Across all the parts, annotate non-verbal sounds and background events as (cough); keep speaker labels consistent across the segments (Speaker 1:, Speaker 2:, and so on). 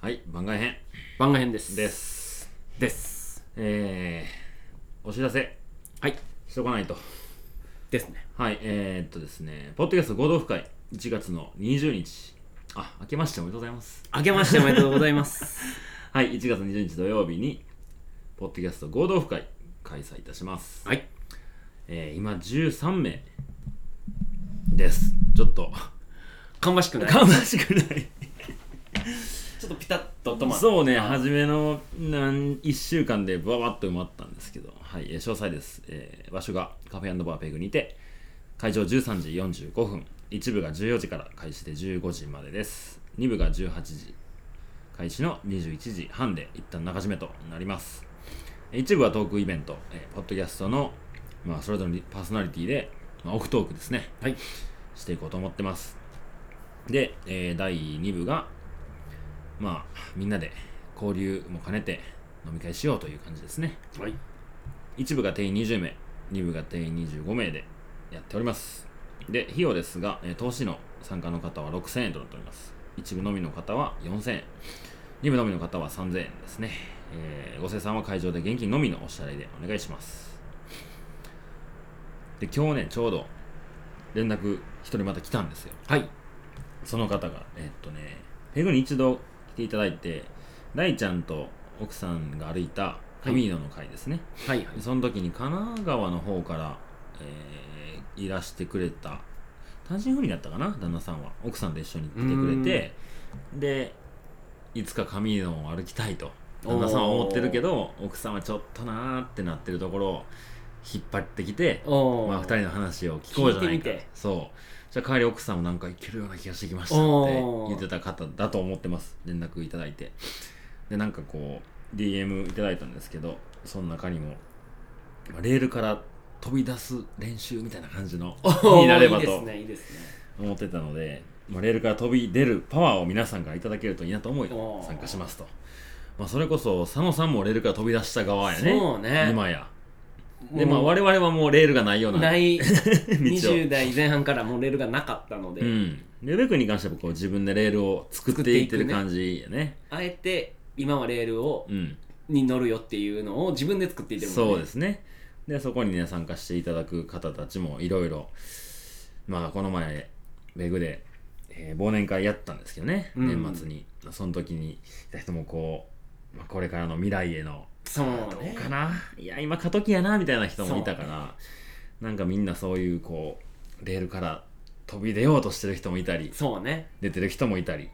Speaker 1: はい番外編
Speaker 2: 番外編です
Speaker 1: です
Speaker 2: です
Speaker 1: えー、お知らせ
Speaker 2: はい
Speaker 1: しとかないと
Speaker 2: ですね
Speaker 1: はいえー、っとですねポッドキャスト合同府会1月の20日あ明けましておめでとうございます
Speaker 2: 明けましておめでとうございます
Speaker 1: はい1月20日土曜日にポッドキャスト合同府会開催いたします、
Speaker 2: (laughs) はい
Speaker 1: えー、今13名ですちょっと
Speaker 2: 芳しくないちょ
Speaker 1: かましくない
Speaker 2: っとピタッと止まる
Speaker 1: そうね、初めのなん1週間でばばっと埋まったんですけど、はい、えー詳細です、えー場所がカフェバーペグにて、会場13時45分、1部が14時から開始で15時までです。2部が18時、開始の21時半で一旦中締めとなります。えー一部はトークイベント、えーポッドキャストの、まあ、それぞれのパーソナリティで、まあ、オフトークですね、
Speaker 2: はい
Speaker 1: していこうと思ってます。で、えー第2部が、まあ、みんなで交流も兼ねて飲み会しようという感じですね。
Speaker 2: はい
Speaker 1: 一部が定員20名、二部が定員25名でやっております。で、費用ですが、えー投資の参加の方は6000円となっております。一部のみの方は4000円、二部のみの方は3000円ですね。えーご生産は会場で現金のみのお支払いでお願いします。で、今日ね、ちょうど連絡一人また来たんですよ。
Speaker 2: はい
Speaker 1: その方が、えっとね、ペグに一度来ていただいて、大ちゃんと奥さんが歩いたカミーノの会ですね。
Speaker 2: はいはい
Speaker 1: その時に神奈川の方から、えーいらしてくれた単身赴任だったかな旦那さんは奥さんと一緒に来てくれてでいつか上野を歩きたいと旦那さんは思ってるけど奥さんはちょっとなーってなってるところを引っ張ってきて、
Speaker 2: お
Speaker 1: まあ、2人の話を聞こうじゃないか
Speaker 2: 聞いてみて
Speaker 1: そうじゃあ帰り奥さんもなんかいけるような気がしてきましたって
Speaker 2: おー
Speaker 1: 言ってた方だと思ってます連絡いただいてでなんかこう DM いただいたんですけどその中にもまあレールから飛び出す練習みたいな感じの
Speaker 2: お
Speaker 1: になれば
Speaker 2: いいで
Speaker 1: と
Speaker 2: すねいいですね
Speaker 1: 思ってたので、まあ、レールから飛び出るパワーを皆さんからいただけるといいなと思い
Speaker 2: おー
Speaker 1: 参加しますと、まあ、それこそ佐野さんもレールから飛び出した側やね
Speaker 2: そうね
Speaker 1: 今や
Speaker 2: もう
Speaker 1: でまあ我々はもうレールがないような
Speaker 2: ない (laughs)
Speaker 1: 道を
Speaker 2: 20代前半からもうレールがなかったので、
Speaker 1: うん、レベックに関してはこう自分でレールを作っていってる感じやね
Speaker 2: あえて今はレールを
Speaker 1: うん
Speaker 2: に乗るよっていうのを自分で作っていってるもんね
Speaker 1: そうですねでそこにね参加していただく方たちもいろいろまあこの前ベグで、えー忘年会やったんですけどね、
Speaker 2: うん
Speaker 1: 年末にその時にいた人もこう、まあ、これからの未来への
Speaker 2: そう
Speaker 1: ど
Speaker 2: ね
Speaker 1: うかないや今過渡期やなみたいな人もいたから、なんかみんなそういうこうレールから飛び出ようとしてる人もいたり
Speaker 2: そうね
Speaker 1: 出てる人もいたり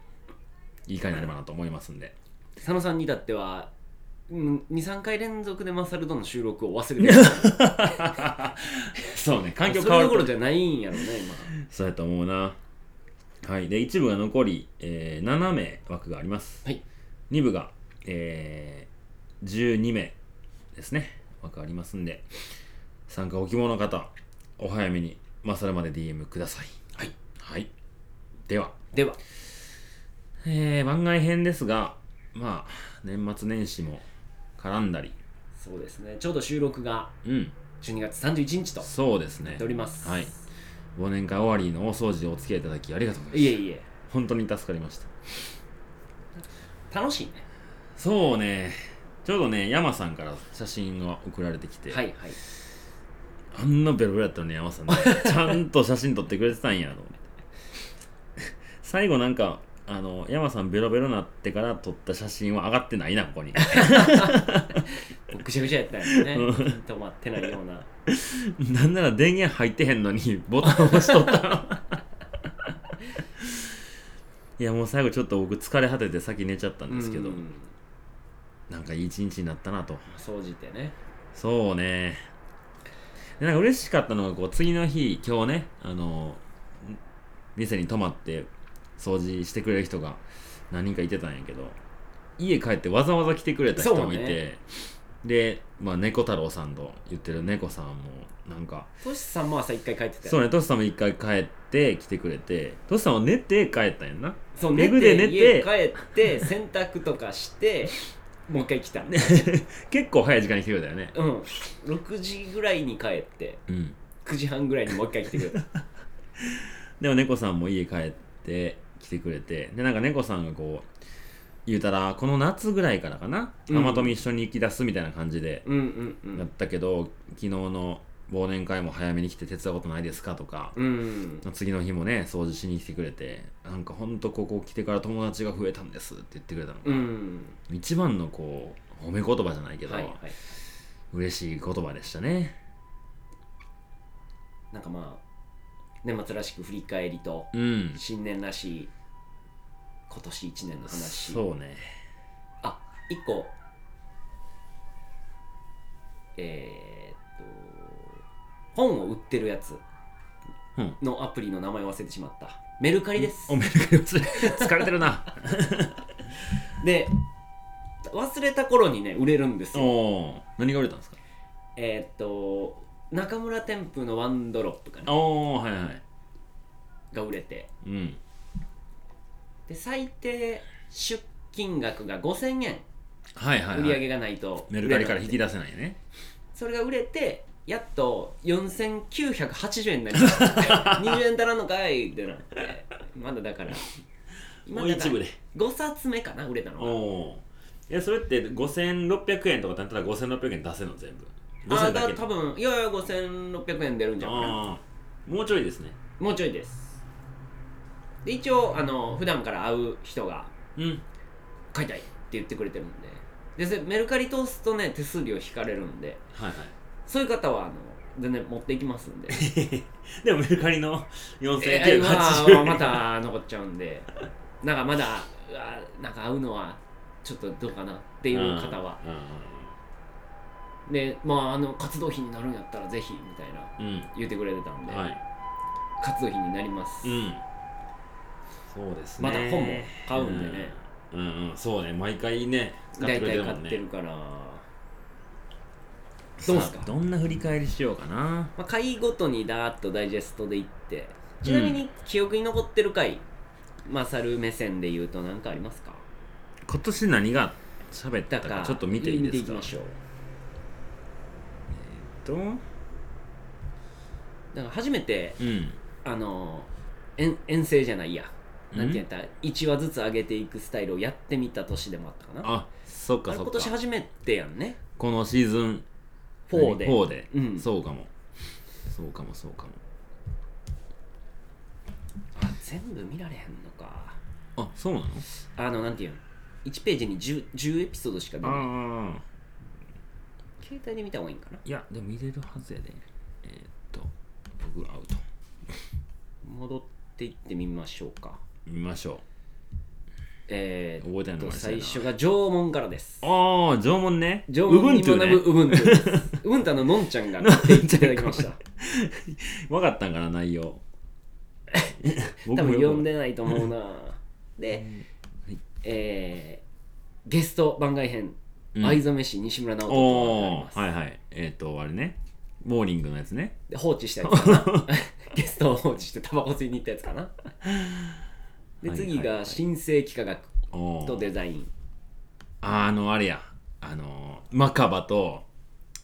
Speaker 1: いい回になればなと思いますんで
Speaker 2: 佐野さんに至っては23回連続でマサルとの収録を忘れてる
Speaker 1: そうね環境
Speaker 2: そ
Speaker 1: 変わ
Speaker 2: れ
Speaker 1: る
Speaker 2: どころ
Speaker 1: と
Speaker 2: じゃないんやろね
Speaker 1: そうやと思うなはいで1部が残り、えー7名枠があります、
Speaker 2: はい
Speaker 1: 2部が、えー12名ですね枠ありますんで参加お希望の方お早めにまあそれまで DM ください
Speaker 2: はい、
Speaker 1: はい、では、
Speaker 2: 今では
Speaker 1: えー番外編ですがまあ年末年始も絡んだり
Speaker 2: そうですねちょうど収録が
Speaker 1: うん
Speaker 2: 12月31日と
Speaker 1: そうです
Speaker 2: な
Speaker 1: ね
Speaker 2: っております、
Speaker 1: はい忘年会終わりの大掃除でお付き合いいただきありがとうございま
Speaker 2: い
Speaker 1: し
Speaker 2: え
Speaker 1: た
Speaker 2: いえ
Speaker 1: 本当に助かりました
Speaker 2: 楽しいね
Speaker 1: そうねちょうどね山さんから写真が送られてきて、
Speaker 2: はいはい
Speaker 1: あんなベロベロやったのに山さん
Speaker 2: (laughs)
Speaker 1: ねちゃんと写真撮ってくれてたんやと思って (laughs) 最後なんかあの山さんベロベロなってから撮った写真は上がってないなこ
Speaker 2: (laughs)
Speaker 1: こに
Speaker 2: もうぐしゃぐしゃやったんやね
Speaker 1: うん
Speaker 2: 止まってないような
Speaker 1: なんなら電源入ってへんのにボタン押しと
Speaker 2: (laughs)
Speaker 1: ったいやもう最後ちょっと僕疲れ果てて先寝ちゃったんですけど
Speaker 2: うん
Speaker 1: なんかいい一日になったなと
Speaker 2: 総じてね
Speaker 1: そうね。でなんか嬉しかったのが、こう、次の日、今日ね、あの、ん店に泊まって、掃除してくれる人が何人かいてたんやけど、家帰ってわざわざ来てくれた人もいて、
Speaker 2: そうね
Speaker 1: で、まあ、猫太郎さんと言ってる猫さんも、なんか、
Speaker 2: トシさんも朝1回帰ってたよ
Speaker 1: そうね、トシさんも一回帰って来てくれて、トシさんは寝て帰ったんやんな。
Speaker 2: そう
Speaker 1: ベ
Speaker 2: 寝
Speaker 1: グで寝
Speaker 2: て
Speaker 1: て
Speaker 2: 家帰って洗濯とかしてもう一回来たね
Speaker 1: 結構早い時間に来てくれたよね。
Speaker 2: うん6時ぐらいに帰って
Speaker 1: うん。
Speaker 2: 9時半ぐらいにもう一回来てくれ
Speaker 1: (laughs)
Speaker 2: た
Speaker 1: でも猫さんも家帰って来てくれてでなんか猫さんがこう言うたらこの夏ぐらいからかな
Speaker 2: うん
Speaker 1: マトミ一緒に行き出すみたいな感じで
Speaker 2: うんうんうん
Speaker 1: やったけど、昨日の忘年会も早めに来て手伝うことないですかとか、
Speaker 2: うん
Speaker 1: 次の日もね掃除しに来てくれてなんかほんとここ来てから友達が増えたんですって言ってくれたのが、
Speaker 2: うん
Speaker 1: 一番のこう褒め言葉じゃないけど、
Speaker 2: はいはい
Speaker 1: 嬉しい言葉でしたね
Speaker 2: なんかまあ年末らしく振り返りと
Speaker 1: うん
Speaker 2: 新年らしい今年一年の話
Speaker 1: そうね
Speaker 2: あ一個えー、っと本を売ってるやつ
Speaker 1: うん
Speaker 2: のアプリの名前忘れてしまったメルカリです
Speaker 1: おめでとうござい
Speaker 2: (laughs)
Speaker 1: ます疲れてるな
Speaker 2: で忘れた頃にね売れるんです
Speaker 1: お
Speaker 2: よ
Speaker 1: お何が売れたんですか
Speaker 2: えー、っと中村天風のワンドロップかな
Speaker 1: おおはいはい
Speaker 2: が売れて
Speaker 1: うん
Speaker 2: で最低出金額が5000円
Speaker 1: はいはい、は
Speaker 2: 売り
Speaker 1: い、
Speaker 2: 上げがないと
Speaker 1: メルカリから引き
Speaker 2: 出
Speaker 1: 出せないね
Speaker 2: それが売れてやっと4980円になりました
Speaker 1: (laughs)
Speaker 2: 20円足らんのかいってなってまだだから
Speaker 1: もう一部で
Speaker 2: 5冊目かな売れた
Speaker 1: お
Speaker 2: のは
Speaker 1: おーいやそれって5600円とかだったら5600円出せるの全部5000
Speaker 2: ああだ
Speaker 1: だ
Speaker 2: か
Speaker 1: け
Speaker 2: ら多分いやいや5600円出るんじゃないかな
Speaker 1: あーもうちょいですね
Speaker 2: もうちょいですで一応あの普段から会う人が
Speaker 1: うん
Speaker 2: 買いたいって言ってくれてるんででせメルカリ通すとね手数料引かれるんで
Speaker 1: はいはい (laughs)
Speaker 2: そういう方はあの全然持っていきますんで
Speaker 1: でもメルカリの4980
Speaker 2: え
Speaker 1: 円、
Speaker 2: ーまあまた残っちゃうんでなんかまだうわなんか会うのはちょっとどうかなっていう方は、でまああの活動費になるんやったらぜひみたいな
Speaker 1: うんうんうん
Speaker 2: 言ってくれてたん
Speaker 1: う
Speaker 2: で、
Speaker 1: んはい
Speaker 2: 活動費になります、
Speaker 1: うんそうですね
Speaker 2: まだ本も買うんでね、
Speaker 1: うん、うんうんそうね毎回ね使って
Speaker 2: 大
Speaker 1: くれて
Speaker 2: 体
Speaker 1: るも
Speaker 2: 買
Speaker 1: ん
Speaker 2: っ
Speaker 1: ね
Speaker 2: てるから、どうです
Speaker 1: さ
Speaker 2: か
Speaker 1: あどんな振り返りしようかな
Speaker 2: まあ、回ごとにダーッとダイジェストでいってちなみに記憶に残ってる回、マサル目線で言うと何かありますか
Speaker 1: 今年何が喋った
Speaker 2: だ
Speaker 1: か
Speaker 2: から
Speaker 1: ちょっと見ていいです
Speaker 2: き
Speaker 1: か
Speaker 2: ましょう
Speaker 1: とうん
Speaker 2: だから初めて
Speaker 1: うん
Speaker 2: あの遠遠征じゃないやなんて言ったら1話ずつ上げていくスタイルをやってみた年でもあったかな
Speaker 1: あそっ
Speaker 2: あ
Speaker 1: か
Speaker 2: れ
Speaker 1: そっ
Speaker 2: 今年
Speaker 1: か
Speaker 2: 初めてやんね
Speaker 1: このシーズン
Speaker 2: 4で
Speaker 1: 4で、
Speaker 2: うん
Speaker 1: そうかもそうかもそうかも
Speaker 2: あ全部見られへんのか
Speaker 1: あそうなの
Speaker 2: あのなんていうん1ページに 10, 10エピソードしか出ない
Speaker 1: ああ
Speaker 2: 携帯で見た方がいいんかない
Speaker 1: やでも見れるはずやでえーっと僕アウト
Speaker 2: 戻っていってみましょうか
Speaker 1: 見ましょ
Speaker 2: え
Speaker 1: 覚えてな
Speaker 2: ー
Speaker 1: い
Speaker 2: っ
Speaker 1: の忘
Speaker 2: と
Speaker 1: れたな
Speaker 2: 最初が縄文からです
Speaker 1: うああ縄文ね
Speaker 2: 縄文に
Speaker 1: ウブン
Speaker 2: 学
Speaker 1: ト
Speaker 2: ぶ
Speaker 1: ゥーね
Speaker 2: ウブントゥーですウブントゥーののんちゃんが買っていただきました
Speaker 1: 分かったんかな内容
Speaker 2: (laughs) 多分
Speaker 1: よ
Speaker 2: 読
Speaker 1: く
Speaker 2: んでないと思
Speaker 1: (laughs)
Speaker 2: うなで、
Speaker 1: はい
Speaker 2: えーゲスト番外編、
Speaker 1: うん
Speaker 2: 藍染め師西村直人となり
Speaker 1: お
Speaker 2: ます、
Speaker 1: ーはいはいえーっとあれねモーニングのやつね
Speaker 2: で放置したやつか
Speaker 1: (laughs)
Speaker 2: なゲストを放置してタバコ吸いに行ったやつかなで
Speaker 1: はいはいはい
Speaker 2: 次が新生幾何学
Speaker 1: お
Speaker 2: と
Speaker 1: ー
Speaker 2: デザイン
Speaker 1: あのあれやあのーマカバと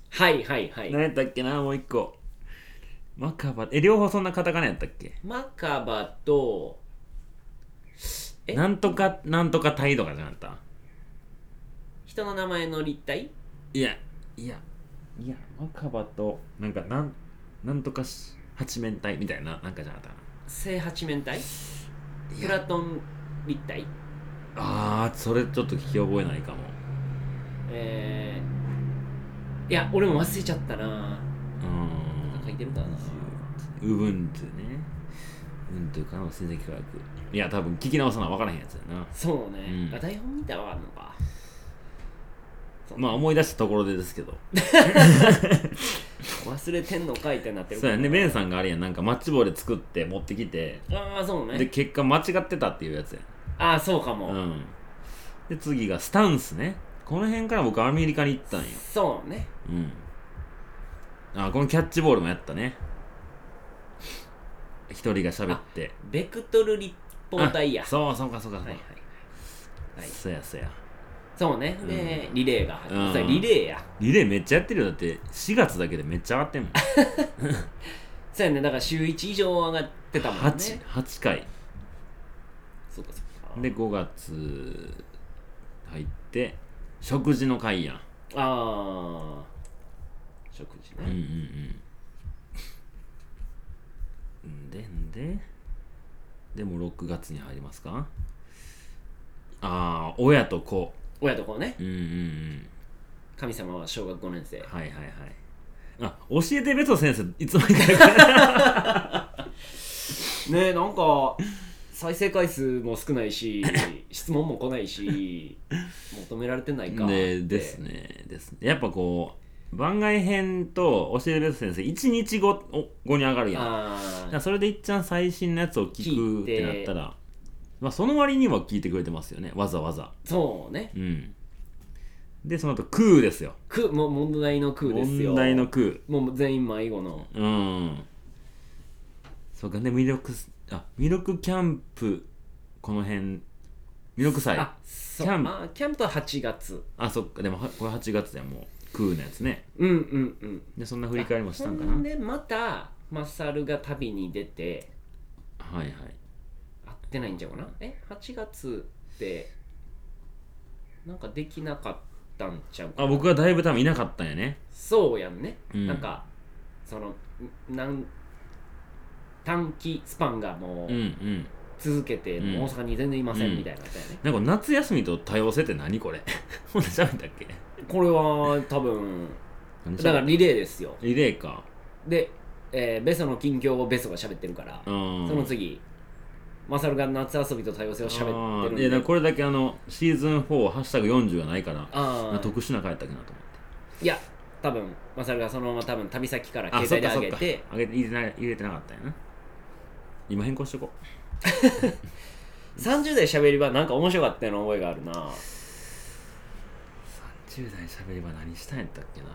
Speaker 2: はいはいはい
Speaker 1: 何やったっけなもう一個マカバえ両方そんなカタカナやったっけ
Speaker 2: マカバとえ
Speaker 1: なんとかなんとかタイとかじゃなかった
Speaker 2: 人の名前の立体
Speaker 1: いやいやいやマカバとなんかなんなんとかし八面体みたいななんかじゃなかっ
Speaker 2: 正八面体
Speaker 1: た
Speaker 2: プ
Speaker 1: な
Speaker 2: ラトン立体
Speaker 1: あーそれちょっと聞き覚えないかも
Speaker 2: えー、いや俺も忘れちゃったな
Speaker 1: う
Speaker 2: なんか書い
Speaker 1: ん
Speaker 2: てるかな
Speaker 1: ウブントゥねウブントゥからの親戚科学いや多分聞き直さな分からへんやつやな
Speaker 2: そう
Speaker 1: う
Speaker 2: ね、
Speaker 1: ん
Speaker 2: あ台本見たらわかんのかそう
Speaker 1: まあ思い出したところでですけど
Speaker 2: 忘れてんのかいってなってる
Speaker 1: そうやねベンさんがあれやんなんかマッチ棒で作って持ってきて
Speaker 2: ああそう
Speaker 1: で
Speaker 2: ね
Speaker 1: 結果間違ってたっていうやつや
Speaker 2: ああそうかも、
Speaker 1: うんで次がスタンスねこの辺から僕アメリカに行ったんよ
Speaker 2: そうね
Speaker 1: うんあこのキャッチボールもやったね一人が喋って
Speaker 2: ベクトル立方体や
Speaker 1: あそうそうかそうかそう
Speaker 2: は
Speaker 1: か、
Speaker 2: いはいはい
Speaker 1: そうやそうや
Speaker 2: そうねで、リレーが始ま
Speaker 1: うん
Speaker 2: る、そうリレーや
Speaker 1: リレーめっちゃやってるよだって4月だけでめっちゃ上がってんもん
Speaker 2: そうやねだから週1以上上がってたもんね
Speaker 1: 8, 8回
Speaker 2: そうかそうか
Speaker 1: で5月入って食事の会やん
Speaker 2: ああ食事
Speaker 1: うんうん
Speaker 2: ね、
Speaker 1: うんんでんででも6月に入りますかああ親と子
Speaker 2: 親と子ね
Speaker 1: うんうんうん
Speaker 2: 神様は小学5年生
Speaker 1: はいはいはいあ教えてベト先生いつまでか
Speaker 2: ねえなんか再生回数も少ない (laughs) し質問も来ないし求められてないか
Speaker 1: でですねですねやっぱこう番外編と教えてベト先生1日後お後に上がるやん
Speaker 2: あ
Speaker 1: だか
Speaker 2: あ
Speaker 1: らそれでいっちゃん最新のやつを聞く
Speaker 2: 聞
Speaker 1: っ
Speaker 2: いて
Speaker 1: てなったら、まあ、その割には聞いてくれてますよねわざわざ
Speaker 2: そうね
Speaker 1: うんでその後空ですよ
Speaker 2: くもう問題の空ですよ
Speaker 1: 問題の空
Speaker 2: もう全員迷子の
Speaker 1: うんそうかね魅力すあ魅力キャンプこの辺魅力祭あ
Speaker 2: あそう
Speaker 1: キャンプ
Speaker 2: あキャンプは8月
Speaker 1: そっかでもはこれ8月だよもう空のやつね
Speaker 2: うんうんうん
Speaker 1: でそんな振り返りもしたんかな
Speaker 2: ほでまたマサルが旅に出て
Speaker 1: はいはい
Speaker 2: 会ってないんじゃうかなえ8月ってなんかできなかったんちゃうか
Speaker 1: あ僕がだいぶ多分いなかったんやね
Speaker 2: そうやんね、
Speaker 1: うん
Speaker 2: なんかそのんなん短期スパンがも
Speaker 1: う
Speaker 2: う
Speaker 1: んうん
Speaker 2: 続けて、
Speaker 1: うん
Speaker 2: もう大阪に全然いませ
Speaker 1: うん
Speaker 2: んみたいなことやね、
Speaker 1: なんか夏休みと多様性って何これ (laughs) ほんで喋ったっけ
Speaker 2: これは多分
Speaker 1: 何喋った
Speaker 2: だからリレーですよ
Speaker 1: リレーか
Speaker 2: で、えーベソの近況をベソが喋ってるから、
Speaker 1: うん
Speaker 2: その次マサルが夏遊びと多様性を喋ってるん
Speaker 1: あーい
Speaker 2: で
Speaker 1: やだからこれだけあのシーズン4ハッシュタグ40がないから
Speaker 2: あー
Speaker 1: 特殊な回やったっけなと思って
Speaker 2: いやマサルがそのまま多分旅先から
Speaker 1: あ
Speaker 2: 携
Speaker 1: そっ
Speaker 2: 帯で
Speaker 1: かそ
Speaker 2: 上
Speaker 1: っ
Speaker 2: げ
Speaker 1: か
Speaker 2: て
Speaker 1: 上げて入れてな入れてなかったんやな今変更しとこ
Speaker 2: 30代喋りはなんか面白かったような覚えがあるな
Speaker 1: う30代しゃべりは何したんやったっけな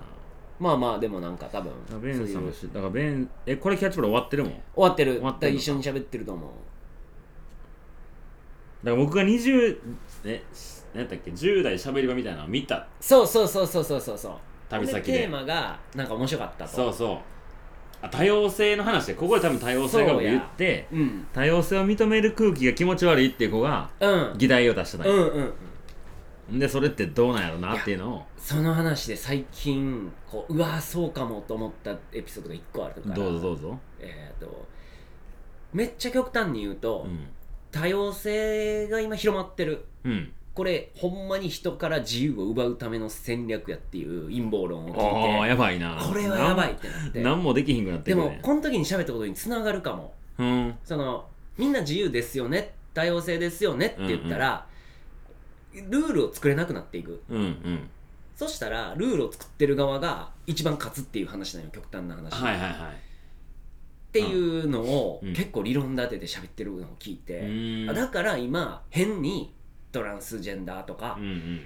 Speaker 2: まあまあでもなんか多分
Speaker 1: あベンさんも
Speaker 2: そういう
Speaker 1: しだからベンえこれキャッチボール終わってるもんだか
Speaker 2: 終わってる
Speaker 1: 終わってるのか
Speaker 2: 一緒に喋ってると思う
Speaker 1: ら僕が20え何やったっけ10代しゃべり場みたいなのを見た
Speaker 2: そうそうそうそうそうそうそう
Speaker 1: 旅先で
Speaker 2: でテーマがなんか面白かったと
Speaker 1: そうそうあ多様性の話でここで多分多様性が僕言って
Speaker 2: うん
Speaker 1: 多様性を認める空気が気持ち悪いっていう子が
Speaker 2: うん
Speaker 1: 議題を出してたん
Speaker 2: う
Speaker 1: や
Speaker 2: んうん
Speaker 1: でそれってどうなんやろなっていうのを
Speaker 2: その話で最近こううわーそうかもと思ったエピソードが1個あるから
Speaker 1: どうぞどうぞ
Speaker 2: えっ、とめっちゃ極端に言うと、
Speaker 1: うん
Speaker 2: 多様性が今広まってる
Speaker 1: うん
Speaker 2: これほんまに人から自由を奪うための戦略やっていう陰謀論を
Speaker 1: ああ
Speaker 2: 聞いて
Speaker 1: やばいな
Speaker 2: これはやばいってなって
Speaker 1: 何もできひんくなって
Speaker 2: で
Speaker 1: くる
Speaker 2: も
Speaker 1: ね
Speaker 2: この時に喋ったことにつながるかも
Speaker 1: うん
Speaker 2: そのみんな自由ですよね多様性ですよねって言ったら、ルールを作れなくなっていく
Speaker 1: うんうん
Speaker 2: そしたらルールを作ってる側が一番勝つっていう話なのよ極端な話、
Speaker 1: はい
Speaker 2: っ
Speaker 1: はいはい
Speaker 2: ていうのを、
Speaker 1: うん
Speaker 2: 結構理論立てて喋ってるのを聞いうて、
Speaker 1: ーん
Speaker 2: だから今変にトランスジェンダーとか、
Speaker 1: うんうん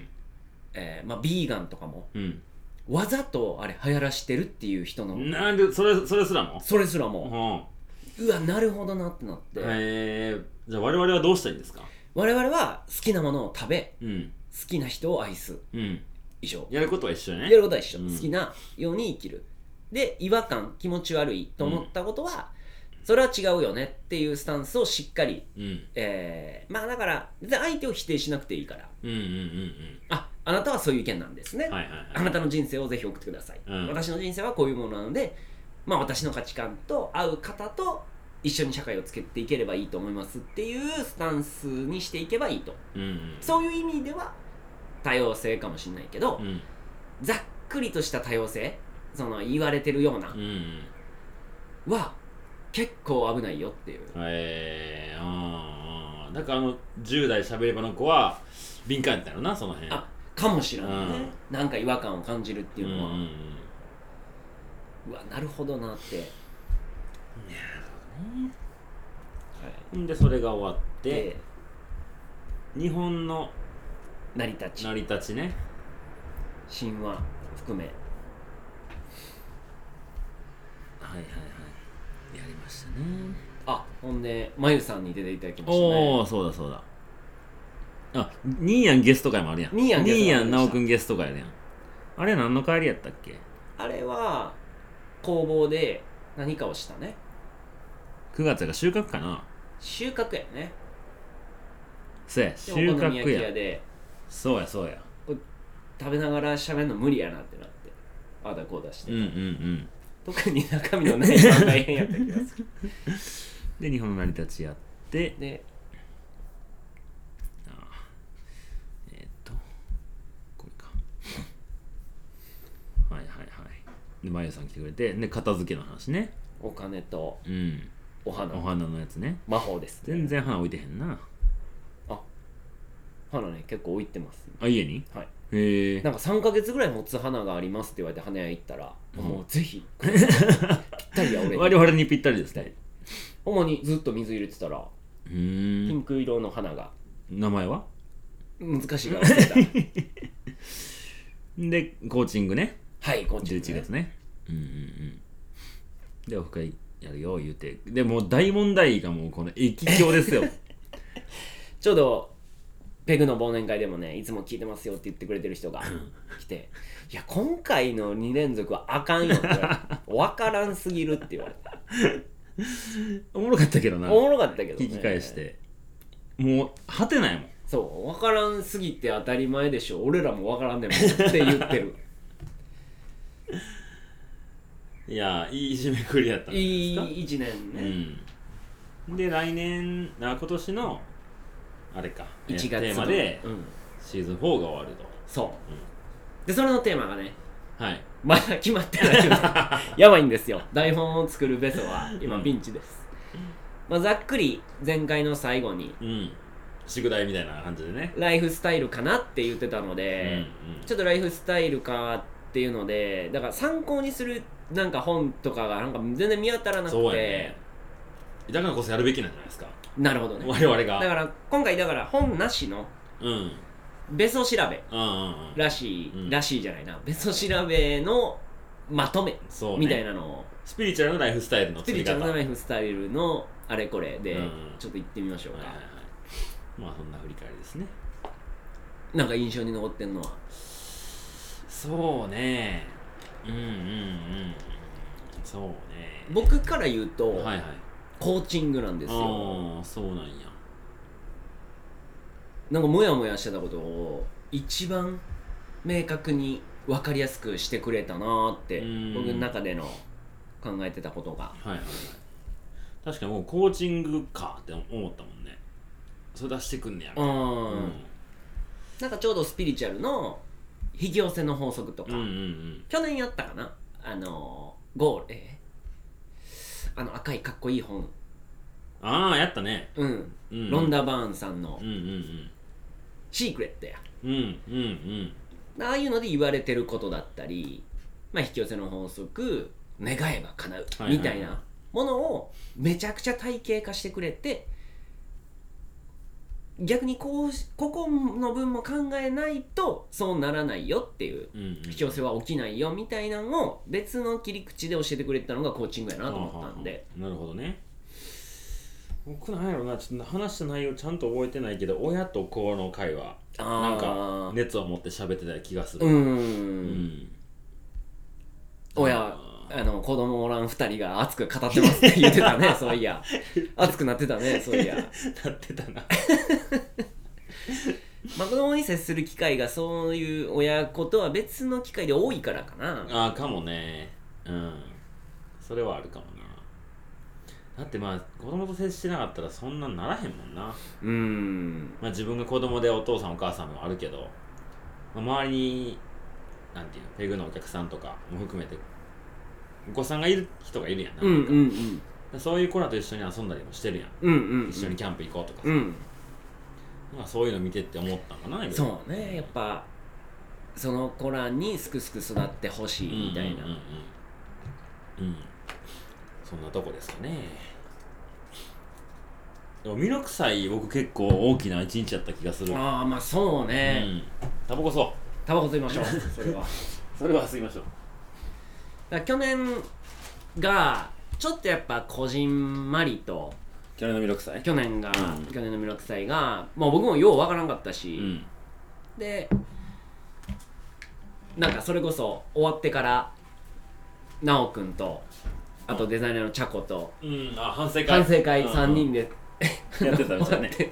Speaker 2: えーまあ、ビーガンとかも
Speaker 1: う
Speaker 2: わざとあれ流行らしてるっていう人の
Speaker 1: んなんでそれそれすらも
Speaker 2: それすら
Speaker 1: う
Speaker 2: も
Speaker 1: ん
Speaker 2: うわなるほどなってなって、
Speaker 1: えーじゃあ我々はどうしたらいいんですか
Speaker 2: 我々は好きなものを食べ
Speaker 1: うん
Speaker 2: 好きな人を愛す
Speaker 1: うん
Speaker 2: 以上
Speaker 1: やることは一緒やね
Speaker 2: やることは一緒、
Speaker 1: うん
Speaker 2: 好きなように生きるで違和感気持ち悪いと思ったことは、それは違うよねっていうスタンスをしっかり、
Speaker 1: うん
Speaker 2: えーまあだから別に相手を否定しなくていいから
Speaker 1: うんうん
Speaker 2: ああなたはそういう意見なんですね、
Speaker 1: うんうんはいはい
Speaker 2: あ
Speaker 1: は
Speaker 2: ないたの人生をぜひ送ってください、
Speaker 1: うん
Speaker 2: 私の人生はこういうものなので、まあ、私の価値観と合う方と一緒に社会をつけていければいいと思いますっていうスタンスにしていけばいいと
Speaker 1: うんうん
Speaker 2: そういう意味では多様性かもしれないけど、
Speaker 1: うん
Speaker 2: ざっくりとした多様性その言われてるような
Speaker 1: うんうん
Speaker 2: は結構危ないよっていう
Speaker 1: えーあーあーだからあの10代喋ればの子は敏感やったよなその辺
Speaker 2: あかもしれないね、なんか違和感を感じるっていうのは、
Speaker 1: ん
Speaker 2: うんわなるほどなって、
Speaker 1: うんうん、でそれが終わって、
Speaker 2: で
Speaker 1: 日本の
Speaker 2: 成り立ち
Speaker 1: 成り立ちね
Speaker 2: 神話含め
Speaker 1: はいはいはいやりましたね
Speaker 2: あほんでまゆさんに出ていただきました
Speaker 1: お
Speaker 2: ね
Speaker 1: おそうだそうだあニーヤンゲスト会もあるやん
Speaker 2: ニーヤンゲスト会
Speaker 1: ニーヤンなおくんゲスト会あるやんあれ何の帰りやったっけ
Speaker 2: あれは工房で何かをしたね
Speaker 1: 9月が収穫かな
Speaker 2: 収穫やね
Speaker 1: そうや
Speaker 2: で
Speaker 1: 収
Speaker 2: お好み
Speaker 1: 穫
Speaker 2: 焼き屋
Speaker 1: や
Speaker 2: で
Speaker 1: そうやそうや
Speaker 2: 食べながら喋るの無理やなってなってああだこうだして、
Speaker 1: うんうんうん
Speaker 2: 特に中身の
Speaker 1: (laughs)
Speaker 2: ない人は大変やった気がする
Speaker 1: で日本の成り立ちやって
Speaker 2: で
Speaker 1: えーっとこれかはいはいはいでまゆさん来てくれてで片付けの話ね
Speaker 2: お金と
Speaker 1: うん
Speaker 2: お花
Speaker 1: お花のやつね
Speaker 2: 魔法です、
Speaker 1: 全然花置いてへんな
Speaker 2: 花ね結構置いてます
Speaker 1: あ家に
Speaker 2: はい
Speaker 1: へえ
Speaker 2: なんか3ヶ月ぐらい持つ花がありますって言われて花屋行ったら、
Speaker 1: うん
Speaker 2: もうぜひぴったりや
Speaker 1: (laughs)
Speaker 2: 俺
Speaker 1: 我
Speaker 2: に
Speaker 1: 々にぴったりですね
Speaker 2: 主にずっと水入れてたら
Speaker 1: う
Speaker 2: ピ
Speaker 1: ーん
Speaker 2: ンク色の花が
Speaker 1: 名前は
Speaker 2: 難しいから忘れた
Speaker 1: でコーチングね (laughs)
Speaker 2: はいこっち
Speaker 1: 11月ねうんうんうんでオフ会やるよ言うてでもう大問題がもうこの液境です (laughs) よ
Speaker 2: ちょうどペグの忘年会でもねいつも聞いてますよって言ってくれてる人が来て「いや今回の2連続はあかんよ」って言われ
Speaker 1: (laughs)
Speaker 2: て「分からんすぎる」って言われて
Speaker 1: おもろかったけど
Speaker 2: お
Speaker 1: な
Speaker 2: もろかったけど、ね、
Speaker 1: 聞き返してもう果てないもん
Speaker 2: そう分からんすぎて当たり前でしょ俺らも分からんねんも
Speaker 1: (laughs)
Speaker 2: んって言ってる
Speaker 1: いやーいい締めくりやったんじゃ
Speaker 2: いい
Speaker 1: ないで
Speaker 2: 1年
Speaker 1: すか
Speaker 2: ね、
Speaker 1: うん、で来年あ今年のあれかえー
Speaker 2: 1月
Speaker 1: テーマで
Speaker 2: うん、
Speaker 1: シーズン4が終わると、
Speaker 2: そう、
Speaker 1: う
Speaker 2: でそれのテーマがね
Speaker 1: ん、はい
Speaker 2: まだ決まってな
Speaker 1: (laughs)
Speaker 2: いのやばいんですよ台本を作るベソは今ピンチです、まあ、ざっくり前回の最後に
Speaker 1: うん宿題みたいな感じでね、
Speaker 2: ライフスタイルかなって言ってたので、
Speaker 1: うんうん
Speaker 2: ちょっとライフスタイルかっていうのでだから参考にするなんか本とかがなんか全然見当たらなく
Speaker 1: そう
Speaker 2: て、
Speaker 1: やねだからこそやるべきなんじゃないですか
Speaker 2: なるほどね
Speaker 1: 我々
Speaker 2: だか
Speaker 1: が
Speaker 2: ら今回だから本なしの
Speaker 1: うんうん
Speaker 2: ベソ調べ
Speaker 1: うんうん
Speaker 2: らしい、
Speaker 1: うん
Speaker 2: らしいじゃないなベソ調べのまとめ
Speaker 1: そう、ね、
Speaker 2: みたいなのを
Speaker 1: スピリチュアルのライフスタイルの
Speaker 2: スピ
Speaker 1: 作
Speaker 2: リ
Speaker 1: り
Speaker 2: チュ
Speaker 1: 方
Speaker 2: アル
Speaker 1: は
Speaker 2: ないライフスタイルのあれこれで、
Speaker 1: うん
Speaker 2: ちょっと行ってみましょうか、
Speaker 1: はいはいまあそんな振り返りですね
Speaker 2: なんか印象に残ってんのは
Speaker 1: そうねうんうんうんそうね
Speaker 2: 僕から言うと、
Speaker 1: はいはい
Speaker 2: コーチングなんですよ
Speaker 1: ああそうなんや
Speaker 2: なんかモヤモヤしてたことを一番明確に分かりやすくしてくれたなーって
Speaker 1: うん
Speaker 2: 僕の中での考えてたことが
Speaker 1: はいはいはい確かにもうコーチングかって思ったもんねそれ出してくんねや
Speaker 2: う、
Speaker 1: ろうん
Speaker 2: なんかちょうどスピリチュアルの引き寄せの法則とか、
Speaker 1: うんうんうん
Speaker 2: 去年やったかなあのーゴールえーあの赤いかっこいい本
Speaker 1: ああやったね
Speaker 2: うん
Speaker 1: うん
Speaker 2: ロンダ・バーンさんの
Speaker 1: うんうん
Speaker 2: 「シークレットや」
Speaker 1: うんうんうんうん
Speaker 2: ああいうので言われてることだったり、まあ、引き寄せの法則願えば叶う
Speaker 1: はいはい
Speaker 2: みたいなものをめちゃくちゃ体系化してくれて逆にこうしここの分も考えないとそうならないよっていう
Speaker 1: うんうん
Speaker 2: 引き寄せは起きないよみたいなのを別の切り口で教えてくれてたのがコーチングやなと思ったんで
Speaker 1: ああああなるほどね僕なんやろなちょっと話した内容ちゃんと覚えてないけど親と子の会は
Speaker 2: あ
Speaker 1: なん
Speaker 2: あ
Speaker 1: か熱を持って喋ってた気がす
Speaker 2: う
Speaker 1: る、うん
Speaker 2: 親あの子供おらん2人が熱く語ってますって言ってた
Speaker 1: (laughs)
Speaker 2: ねそういや熱くなってたねそういや、
Speaker 1: なってたな
Speaker 2: まあ、子供に接する機会がそういう親子とは別の機会で多いからかな
Speaker 1: ああかもねうんそれはあるかもなだってまあ子供と接してなかったらそんなんならへんもんな
Speaker 2: うん
Speaker 1: まあ自分が子供でお父さんお母さんもあるけど、まあ周りになんていうのペグのお客さんとかも含めてお子さんがいる人がいるやんな、
Speaker 2: うんうんうん
Speaker 1: でそういう子らと一緒に遊んだりもしてるやん
Speaker 2: うんうん
Speaker 1: 一緒にキャンプ行こうとかさ、
Speaker 2: うん
Speaker 1: まあそういうの見てって思ったんかな
Speaker 2: そうねやっぱその子らにすくすく育ってほしいみたい
Speaker 1: う
Speaker 2: な、
Speaker 1: んうんうんうん、うんそんなとこですかねでもミルク祭僕結構大きな一日やった気がするわ
Speaker 2: ああまあそう
Speaker 1: う
Speaker 2: ね、
Speaker 1: んタバコそ
Speaker 2: タバコ吸いましょうそれはだか
Speaker 1: うそれは吸いましょう
Speaker 2: ら去年がちょっとやっぱこじんまりと
Speaker 1: 去年のミルク祭
Speaker 2: 去年が、
Speaker 1: うん
Speaker 2: 去年のミラク祭がもう僕もようわからんかった
Speaker 1: う
Speaker 2: し、
Speaker 1: ん
Speaker 2: でなんかそれこそ終わってから奈くんとあとデザイナーのチャコと
Speaker 1: うんあ反省会
Speaker 2: 反省会
Speaker 1: うん
Speaker 2: 3人で、
Speaker 1: やってたんじゃね
Speaker 2: 終わって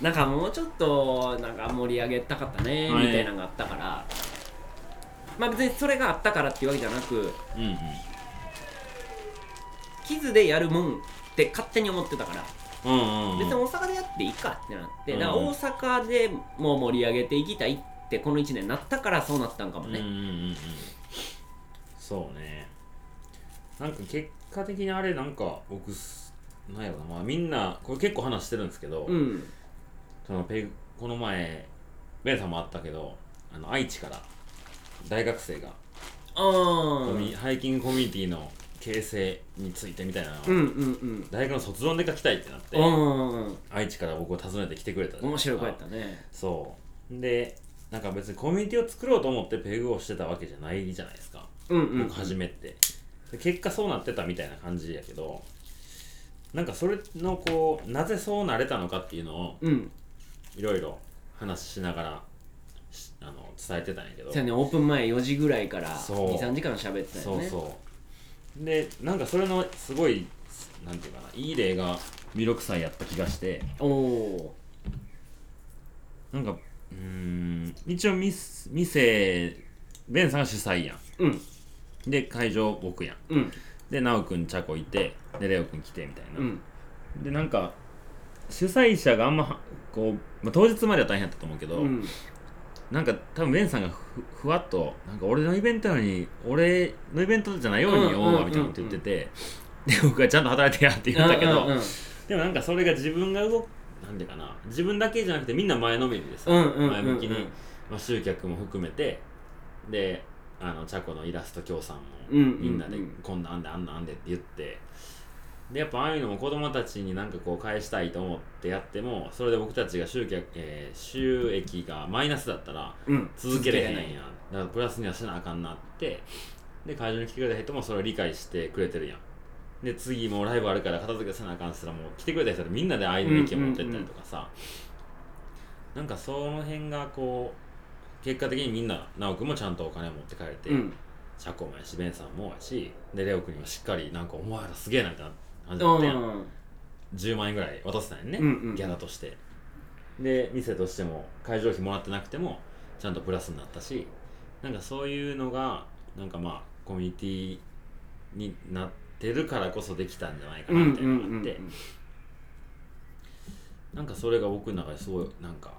Speaker 2: なんかもうちょっとなんか盛り上げたかったね
Speaker 1: はい
Speaker 2: みたいなのがあったから、まあ別にそれがあったからって (laughs) いうわけじゃなく
Speaker 1: うんうん
Speaker 2: キズでやるもんって勝手に思ってたから
Speaker 1: うんうん
Speaker 2: 別に
Speaker 1: うん
Speaker 2: 大阪でやっていいかってなって、
Speaker 1: うん
Speaker 2: だから大阪でもう盛り上げていきたいってこの1年なったからそうなったんかも
Speaker 1: うんうんう
Speaker 2: ね、
Speaker 1: んそうねなんか結果的にあれなんか僕すなんやろな、まあ、みんなこれ結構話してるんですけど、
Speaker 2: うん、
Speaker 1: そのペグこの前ベンさんもあったけどあの愛知から大学生が、
Speaker 2: ああ
Speaker 1: コ
Speaker 2: う
Speaker 1: ミ
Speaker 2: ん
Speaker 1: ハイキングコミュニティの形成についてみたいなのを、
Speaker 2: うんうん
Speaker 1: 大学の卒論で書きたいってなって、
Speaker 2: うん
Speaker 1: 愛知から僕を訪ねてきてくれたじゃない
Speaker 2: 面
Speaker 1: ですか
Speaker 2: 白い子やったね
Speaker 1: そうでなんか別にコミュニティを作ろうと思ってペグをしてたわけじゃないじゃないですか
Speaker 2: うんうん
Speaker 1: 僕初めて、で結果そうなってたみたいな感じやけどなんかそれのこうなぜそうなれたのかっていうのを
Speaker 2: うん
Speaker 1: いろいろ話しながらしあの伝えてたんやけど
Speaker 2: そうやねオープン前4時ぐらいから
Speaker 1: そう
Speaker 2: 23時間喋ってた
Speaker 1: そ
Speaker 2: よ
Speaker 1: う
Speaker 2: ね
Speaker 1: そうでなんかそれのすごいなんていうかないい例が弥勒祭やった気がして
Speaker 2: おお
Speaker 1: なんかうーん一応ミス店ベンさんが主催や
Speaker 2: ーうん
Speaker 1: んで会場僕やん
Speaker 2: うん
Speaker 1: で奈くんちゃこいてでレオくん来てみたいな、
Speaker 2: うん
Speaker 1: でなんか主催者があんまこう、まあ、当日までは大変だったと思うけど、
Speaker 2: うん
Speaker 1: なんか多分ベンさんがふふわっとなんか俺のイベントなのに俺のイベントじゃないようによ、
Speaker 2: うんうんうんうん
Speaker 1: みたいなこと言っててで僕はちゃんと働いてやって言ったけど、
Speaker 2: うんうん
Speaker 1: でもなんかそれが自分が動くなんていうかな自分だけじゃなくてみんな前のめりでさ、
Speaker 2: うんうんうんうん
Speaker 1: 前向きに、まあ、集客も含めてであのチャコのイラスト協賛も
Speaker 2: うんうんうん
Speaker 1: みんなでこんなんあんであんなんあんでって言ってでやっぱああいうのも子供たちになんかこう返したいと思ってやってもそれで僕たちが集客、えー収益がマイナスだったら
Speaker 2: うん
Speaker 1: 続けれへん
Speaker 2: 続
Speaker 1: やんだからプラスにはしなあかんなってで会場に来てくれた人もそれを理解してくれてるやんで次もうライブあるから片付けせなあかんすらもう来てくれた人らみんなでアイドル意見を持ってったりとかさ、なんかその辺がこう結果的にみんな直くんもちゃんとお金を持って帰れて、
Speaker 2: うん
Speaker 1: シャコもやしベンさんもやしでレオくんにもしっかりなんかお前らすげえなみたいな感じだったやん、
Speaker 2: うん
Speaker 1: 10万円ぐらい渡せたんやね、
Speaker 2: うんうん
Speaker 1: ギャラとしてで店としても会場費もらってなくてもちゃんとプラスになったしなんかそういうのがなんかまあコミュニティになってるからこそできたんじゃないか
Speaker 2: うんう
Speaker 1: なんみたいなのがあって、
Speaker 2: うんうん
Speaker 1: なんかそれが僕の中ですごいなんか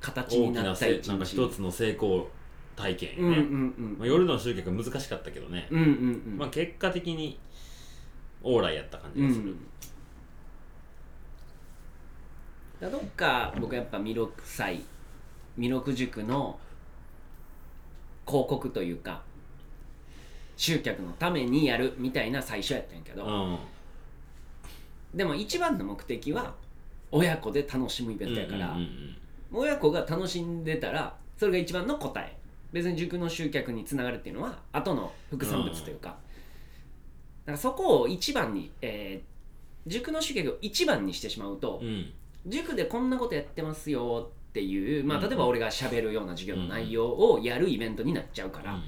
Speaker 2: 形に
Speaker 1: 大き
Speaker 2: な
Speaker 1: な
Speaker 2: った
Speaker 1: せ
Speaker 2: 一日
Speaker 1: なんか一つの成功体験や
Speaker 2: うん
Speaker 1: ね、
Speaker 2: うんうん
Speaker 1: まあ、夜の集客は難しかったけどね、
Speaker 2: うんうんうん
Speaker 1: まあ、結果的にオーライやった感じ
Speaker 2: う
Speaker 1: がする、
Speaker 2: んだどっか僕やっぱ弥勒祭弥勒塾の広告というか集客のためにやるみたいな最初やったんやけ
Speaker 1: う
Speaker 2: ど、
Speaker 1: ん
Speaker 2: でも一番の目的は親子で楽しむイベントやから、親子が楽しんでたらそれが一番の答え別に塾の集客につながるっていうのは後の副産物というか,、なんかそこを一番に、えー塾の集客を一番にしてしまうと、
Speaker 1: うんうん
Speaker 2: 塾でこんなことやってますよっていう、ま
Speaker 1: う
Speaker 2: あ、
Speaker 1: んうん
Speaker 2: 例えば俺がしゃべるような授業の内容をやるイベントになっちゃうから、
Speaker 1: うんうん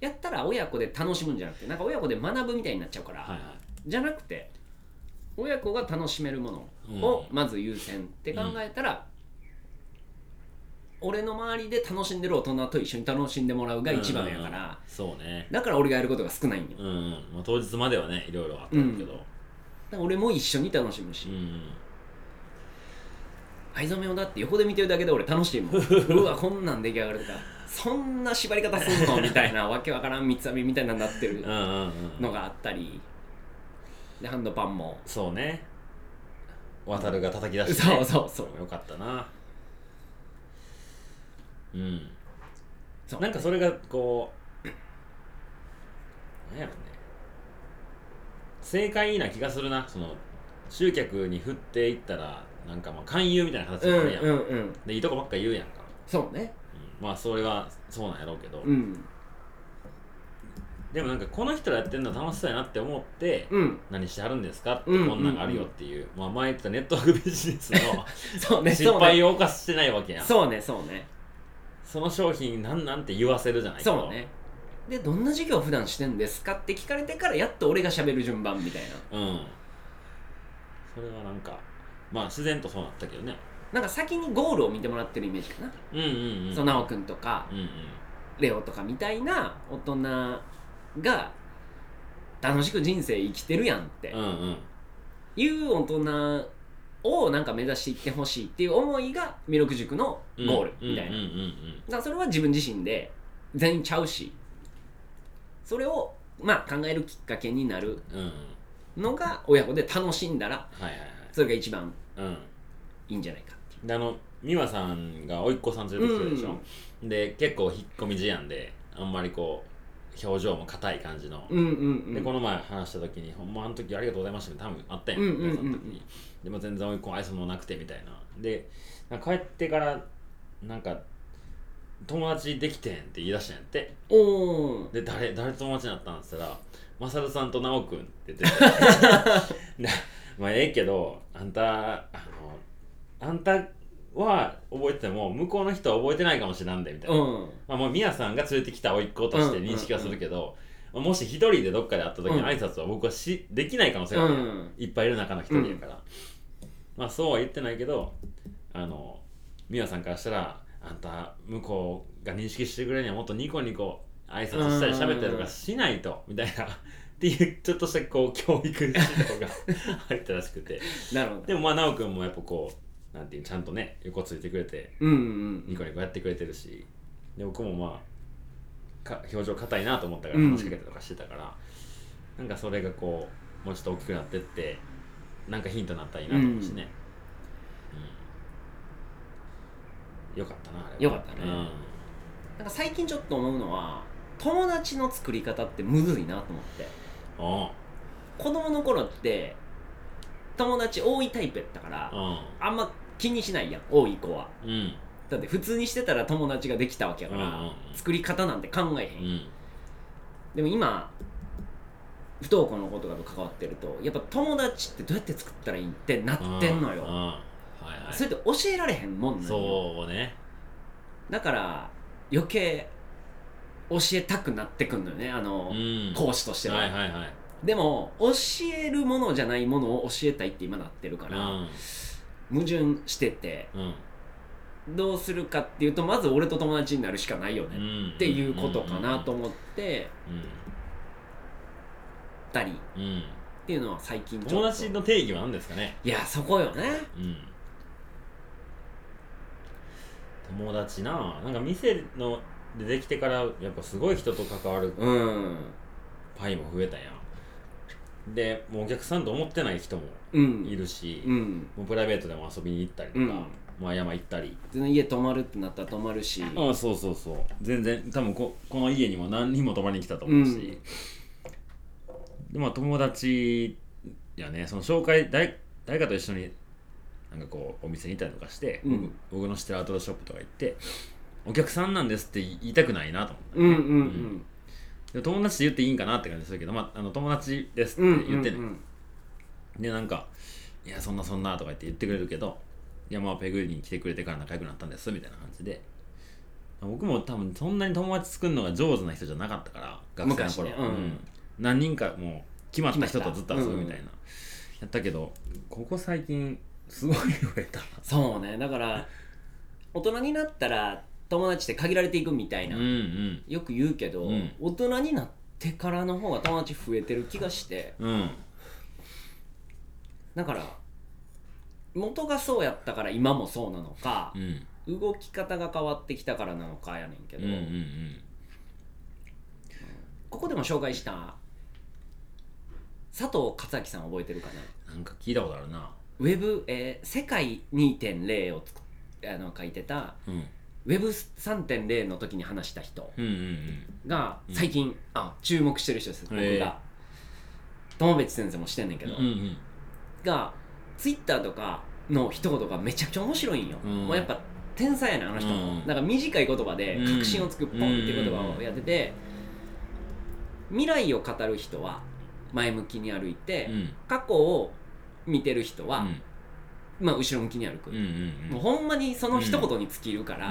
Speaker 2: やったら親子で楽しむんじゃなくてなんか親子で学ぶみたいになっちゃうから、
Speaker 1: はいはい
Speaker 2: じゃなくて親子が楽しめるものをまず優先って考えたら、俺の周りで楽しんでる大人と一緒に楽しんでもらうが一番やから、
Speaker 1: うんそうね
Speaker 2: だから俺がやることが少ないんよだ
Speaker 1: う
Speaker 2: か
Speaker 1: ん、うんまあ、当日まではねいろいろあったんだけど
Speaker 2: ら俺も一緒に楽しむし
Speaker 1: うん、
Speaker 2: 藍染めをだって横で見てるだけで俺楽し
Speaker 1: (laughs)
Speaker 2: いもんうわこんなん出来上がるとかそんな縛り方すんのみたいなわけわからん三つ編みみたいなのになってる
Speaker 1: うん、うんうんうん
Speaker 2: のがあったりでハンドパンも
Speaker 1: そうね渡るが叩き出して、ね、
Speaker 2: そうそうそう
Speaker 1: よかったなうん
Speaker 2: そう
Speaker 1: なんかそれがこうなんやろね正解な気がするなその集客に振っていったらなんかまあ勧誘みたいな形に
Speaker 2: うん
Speaker 1: な
Speaker 2: うん
Speaker 1: るやん、
Speaker 2: うん
Speaker 1: でいいとこばっか言うやんか、
Speaker 2: そうね
Speaker 1: うんまあそれはそうなんやろうけど、
Speaker 2: うん
Speaker 1: でもなんかこの人らやってるの楽しそうやなって思って、
Speaker 2: うん
Speaker 1: 何してはるんですかって
Speaker 2: うん
Speaker 1: こんなんがあるよっていう、まあ、前言ってたネットワークビジネスの
Speaker 2: (laughs) そうね
Speaker 1: 失
Speaker 2: そう
Speaker 1: 敗
Speaker 2: ね
Speaker 1: を犯してないわけやんそ
Speaker 2: そうねそうね
Speaker 1: の商品なんなんて言わせるじゃないか
Speaker 2: そうねでどんな授業普段してんですかって聞かれてからやっと俺が喋る順番みたいな
Speaker 1: うんそれはなんかまあ自然とそうなったけどね
Speaker 2: なんか先にゴールを見てもらってるイメージかな、
Speaker 1: うんうんうん
Speaker 2: そう直君とか
Speaker 1: うんうん
Speaker 2: レオとかみたいな大人が楽しく人生生きてるやんって
Speaker 1: うんうん
Speaker 2: いう大人をなんか目指していってほしいっていう思いが魅力塾の
Speaker 1: うん
Speaker 2: ゴールみたいな、
Speaker 1: うんうんうんうん
Speaker 2: だからそれは自分自身で全員ちゃうしそれをまあ考えるきっかけになる
Speaker 1: うんうん
Speaker 2: のが親子で楽しんだら
Speaker 1: はいはいはい
Speaker 2: それが一番
Speaker 1: うん
Speaker 2: いいんじゃないかっていう
Speaker 1: であの美和さんが甥っ子さん連れてきてるでしょ、で結構引っ込み思案であんまりこう表情も硬い感じの、
Speaker 2: うんうんうん
Speaker 1: でこの前話した時に「ほんまあの時ありがとうございました」ね多分あったやん,、
Speaker 2: うんうんうんうん
Speaker 1: その時にでも全然甥っ子愛想もなくてみたいなでなんか帰ってからなんか友達できてんって言い出したんやって
Speaker 2: おー
Speaker 1: で誰誰と友達になったんって言ったら「マサルさんと直くん」って言っててでまあええけどあんたあのあんたは覚えてても向こうの人は覚えてないかもしれんでみたいな、
Speaker 2: うん
Speaker 1: まあもうミヤさんが連れてきた甥っ子として認識はするけど、まあもし一人でどっかで会った時の挨拶は僕はしできない可能性があるやん、
Speaker 2: うん
Speaker 1: いっぱいいる中の一人やから、まあそうは言ってないけどあの美和さんからしたらあんた向こうが認識してくれるにはもっとニコニコ挨拶したり喋ったりとかしないとみたいなっていうちょっとしたこう教育指導が入ったらしくて
Speaker 2: なるほど
Speaker 1: でもまあ奈く君もやっぱこうなんていうちゃんとね横ついてくれて
Speaker 2: うんうんう
Speaker 1: ニ
Speaker 2: ん
Speaker 1: コニコやってくれてるしで僕もまあか表情硬いなと思ったから
Speaker 2: うん
Speaker 1: 話しかけたりとかしてたから、なんかそれがこうもうちょっと大きくなってってなんかヒントになったらいいなと思うしね、うんよかったなあれ
Speaker 2: よ
Speaker 1: は
Speaker 2: かったねなんか最近ちょっと思うのは友達の作り方ってむずいなと思って
Speaker 1: うんおう
Speaker 2: 子供の頃って友達多いタイプやったからあんま気にしないやん多い子は
Speaker 1: うんうん
Speaker 2: だって普通にしてたら友達ができたわけやから、
Speaker 1: うんうんうん
Speaker 2: 作り方なんて考えへん、
Speaker 1: うん
Speaker 2: でも今不登校の子とかと関わってるとやっぱ友達ってどうやって作ったらいいってなってんのよ、
Speaker 1: うんうんはいはい
Speaker 2: それって教えられへんもんなんよ
Speaker 1: そうね
Speaker 2: だから余計教えたくなってくんのよねあの、
Speaker 1: うん
Speaker 2: 講師としては、
Speaker 1: はいはいはい
Speaker 2: でも教えるものじゃないものを教えたいって今なってるか
Speaker 1: う
Speaker 2: ら、
Speaker 1: ん
Speaker 2: 矛盾してて
Speaker 1: うん
Speaker 2: どうするかっていうとまず俺と友達になるしかないよね、
Speaker 1: うん
Speaker 2: っていうことかなと思ってたりっ
Speaker 1: うんうん
Speaker 2: ていうのは最近ちょっと
Speaker 1: 友達の定義は何ですかね
Speaker 2: いやそこよね
Speaker 1: うん友達なあなんか店のでできてからやっぱすごい人と関わる
Speaker 2: うん
Speaker 1: パイも増えたやんでもうお客さんと思ってない人も
Speaker 2: うん
Speaker 1: いるし、
Speaker 2: うん
Speaker 1: もうプライベートでも遊びに行ったりとか、
Speaker 2: うん
Speaker 1: まあ山行ったり
Speaker 2: 全然家泊まるってなったら泊まるし
Speaker 1: ああそうそうそう全然多分ここの家にも何人も泊まりに来たと
Speaker 2: 思
Speaker 1: 思
Speaker 2: う
Speaker 1: う
Speaker 2: し
Speaker 1: し、でまあ友達やねその紹介誰誰かと一緒になんかこうお店にいたりとかして、
Speaker 2: うん
Speaker 1: 僕僕の知ってるアウトドアショップとか行ってお客さんなんですって言いたくないなと思って、
Speaker 2: うんうん
Speaker 1: で友達って言っていいんかなって感じするけど、まあ、あの友達ですって
Speaker 2: うんうん
Speaker 1: 言ってね、
Speaker 2: うんうん
Speaker 1: でなんか「いやそんなそんな」とか言って言ってくれるけど「いやまあペグに来てくれてから仲良くなったんです」みたいな感じで僕も多分そんなに友達作るのが上手な人じゃなかったから学生の頃、
Speaker 2: 昔ねうん
Speaker 1: 何人かもう決まった人とずっと遊ぶみたいな、
Speaker 2: 決まったうん
Speaker 1: やったけどここ最近すごい増えた
Speaker 2: そうねだから大人になったら友達って限られていくみたいな、
Speaker 1: うんうん
Speaker 2: よく言うけど、
Speaker 1: うん
Speaker 2: 大人になってからの方が友達増えてる気がして
Speaker 1: うん
Speaker 2: だから元がそうやったから今もそうなのか
Speaker 1: う、ん
Speaker 2: 動き方が変わってきたからなのかやねんけ
Speaker 1: うん
Speaker 2: ど、
Speaker 1: うんうん
Speaker 2: ここでも紹介した佐藤勝明さん覚えてるかな
Speaker 1: なんか聞いたことあるな
Speaker 2: ウェブ、えー世界2.0をつくあの書いてた
Speaker 1: うん
Speaker 2: ウェブ3.0の時に話した人
Speaker 1: うんうん
Speaker 2: が
Speaker 1: うん
Speaker 2: 最近、あ注目してる人です僕
Speaker 1: へー
Speaker 2: が友別先生もしてんねんけ
Speaker 1: うん
Speaker 2: ど、
Speaker 1: うんうん
Speaker 2: がツイッターとかの一言がめちゃくちゃ面白いんよ、
Speaker 1: うん
Speaker 2: もうやっぱ天才やねんあの人も、
Speaker 1: うん
Speaker 2: なんか短い言葉で
Speaker 1: うん
Speaker 2: 確信をつくポンっていう言葉をやってて、未来を語る人は前向きに歩いて、
Speaker 1: うん
Speaker 2: 過去を見てる人は、
Speaker 1: うん
Speaker 2: まあ、後ろ向きに歩く、
Speaker 1: うんうんうん
Speaker 2: もうほんまにその一言に尽きるから、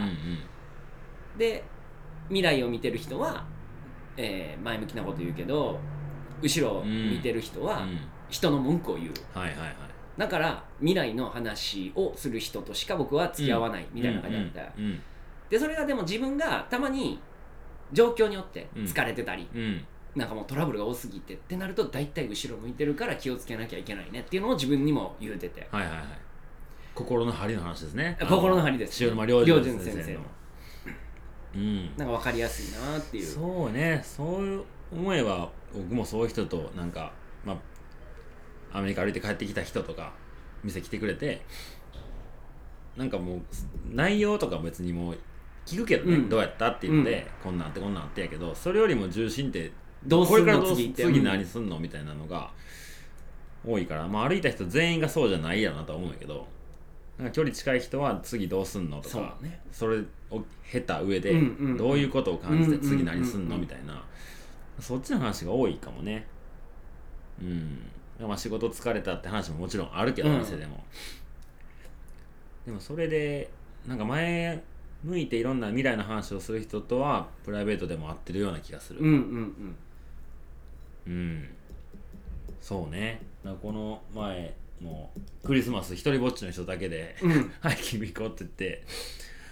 Speaker 2: で未来を見てる人は、えー前向きなこと言うけど後ろを見てる人は
Speaker 1: うんうん
Speaker 2: 人の文句を言う、
Speaker 1: はいはいはい
Speaker 2: だから未来の話をする人としか僕は付き合わないみたいな感じだった、
Speaker 1: うん
Speaker 2: でそれがでも自分がたまに状況によって疲れてたり、
Speaker 1: うんうん
Speaker 2: なんかもうトラブルが多すぎてってなると大体後ろ向いてるから気をつけなきゃいけないねっていうのを自分にも言うてて
Speaker 1: はいはいはい心の針の話ですね
Speaker 2: 心の針です
Speaker 1: 塩沼良純
Speaker 2: 良純
Speaker 1: 先生
Speaker 2: 先生
Speaker 1: の
Speaker 2: の
Speaker 1: うん
Speaker 2: なんか分かりやすいなっていう
Speaker 1: そうねそういう思えば僕もそういう人となんか、まあ、アメリカ歩いて帰ってきた人とか店来てくれてなんかもう内容とか別にもう聞くけどね、
Speaker 2: うん
Speaker 1: どうやったって言って、こんなんあってこんなんあってやけどそれよりも重心って
Speaker 2: どうす
Speaker 1: これ
Speaker 2: る
Speaker 1: から
Speaker 2: の
Speaker 1: どう
Speaker 2: 次
Speaker 1: す
Speaker 2: って
Speaker 1: 次
Speaker 2: うん
Speaker 1: 何すんのみたいなのが多いから、まあ、歩いた人全員がそうじゃないやなとは思うんやけどなんか距離近い人は次どうすんのと
Speaker 2: そう
Speaker 1: か
Speaker 2: ね
Speaker 1: それを経た上で
Speaker 2: うんうんうん
Speaker 1: どういうことを感じて次何すん
Speaker 2: うんうんうんう
Speaker 1: の
Speaker 2: ん
Speaker 1: みたいなそっちの話が多いかもねうんまあ仕事疲れたって話ももちろんあるけど
Speaker 2: うん
Speaker 1: 店でも、でもそれでなんか前向いていろんな未来の話をする人とはプライベートでも合ってるような気がする
Speaker 2: うんうん
Speaker 1: うんそうねだからこの前もクリスマス一人ぼっちの人だけで (laughs)
Speaker 2: うんうん
Speaker 1: はい、君行こうって言って、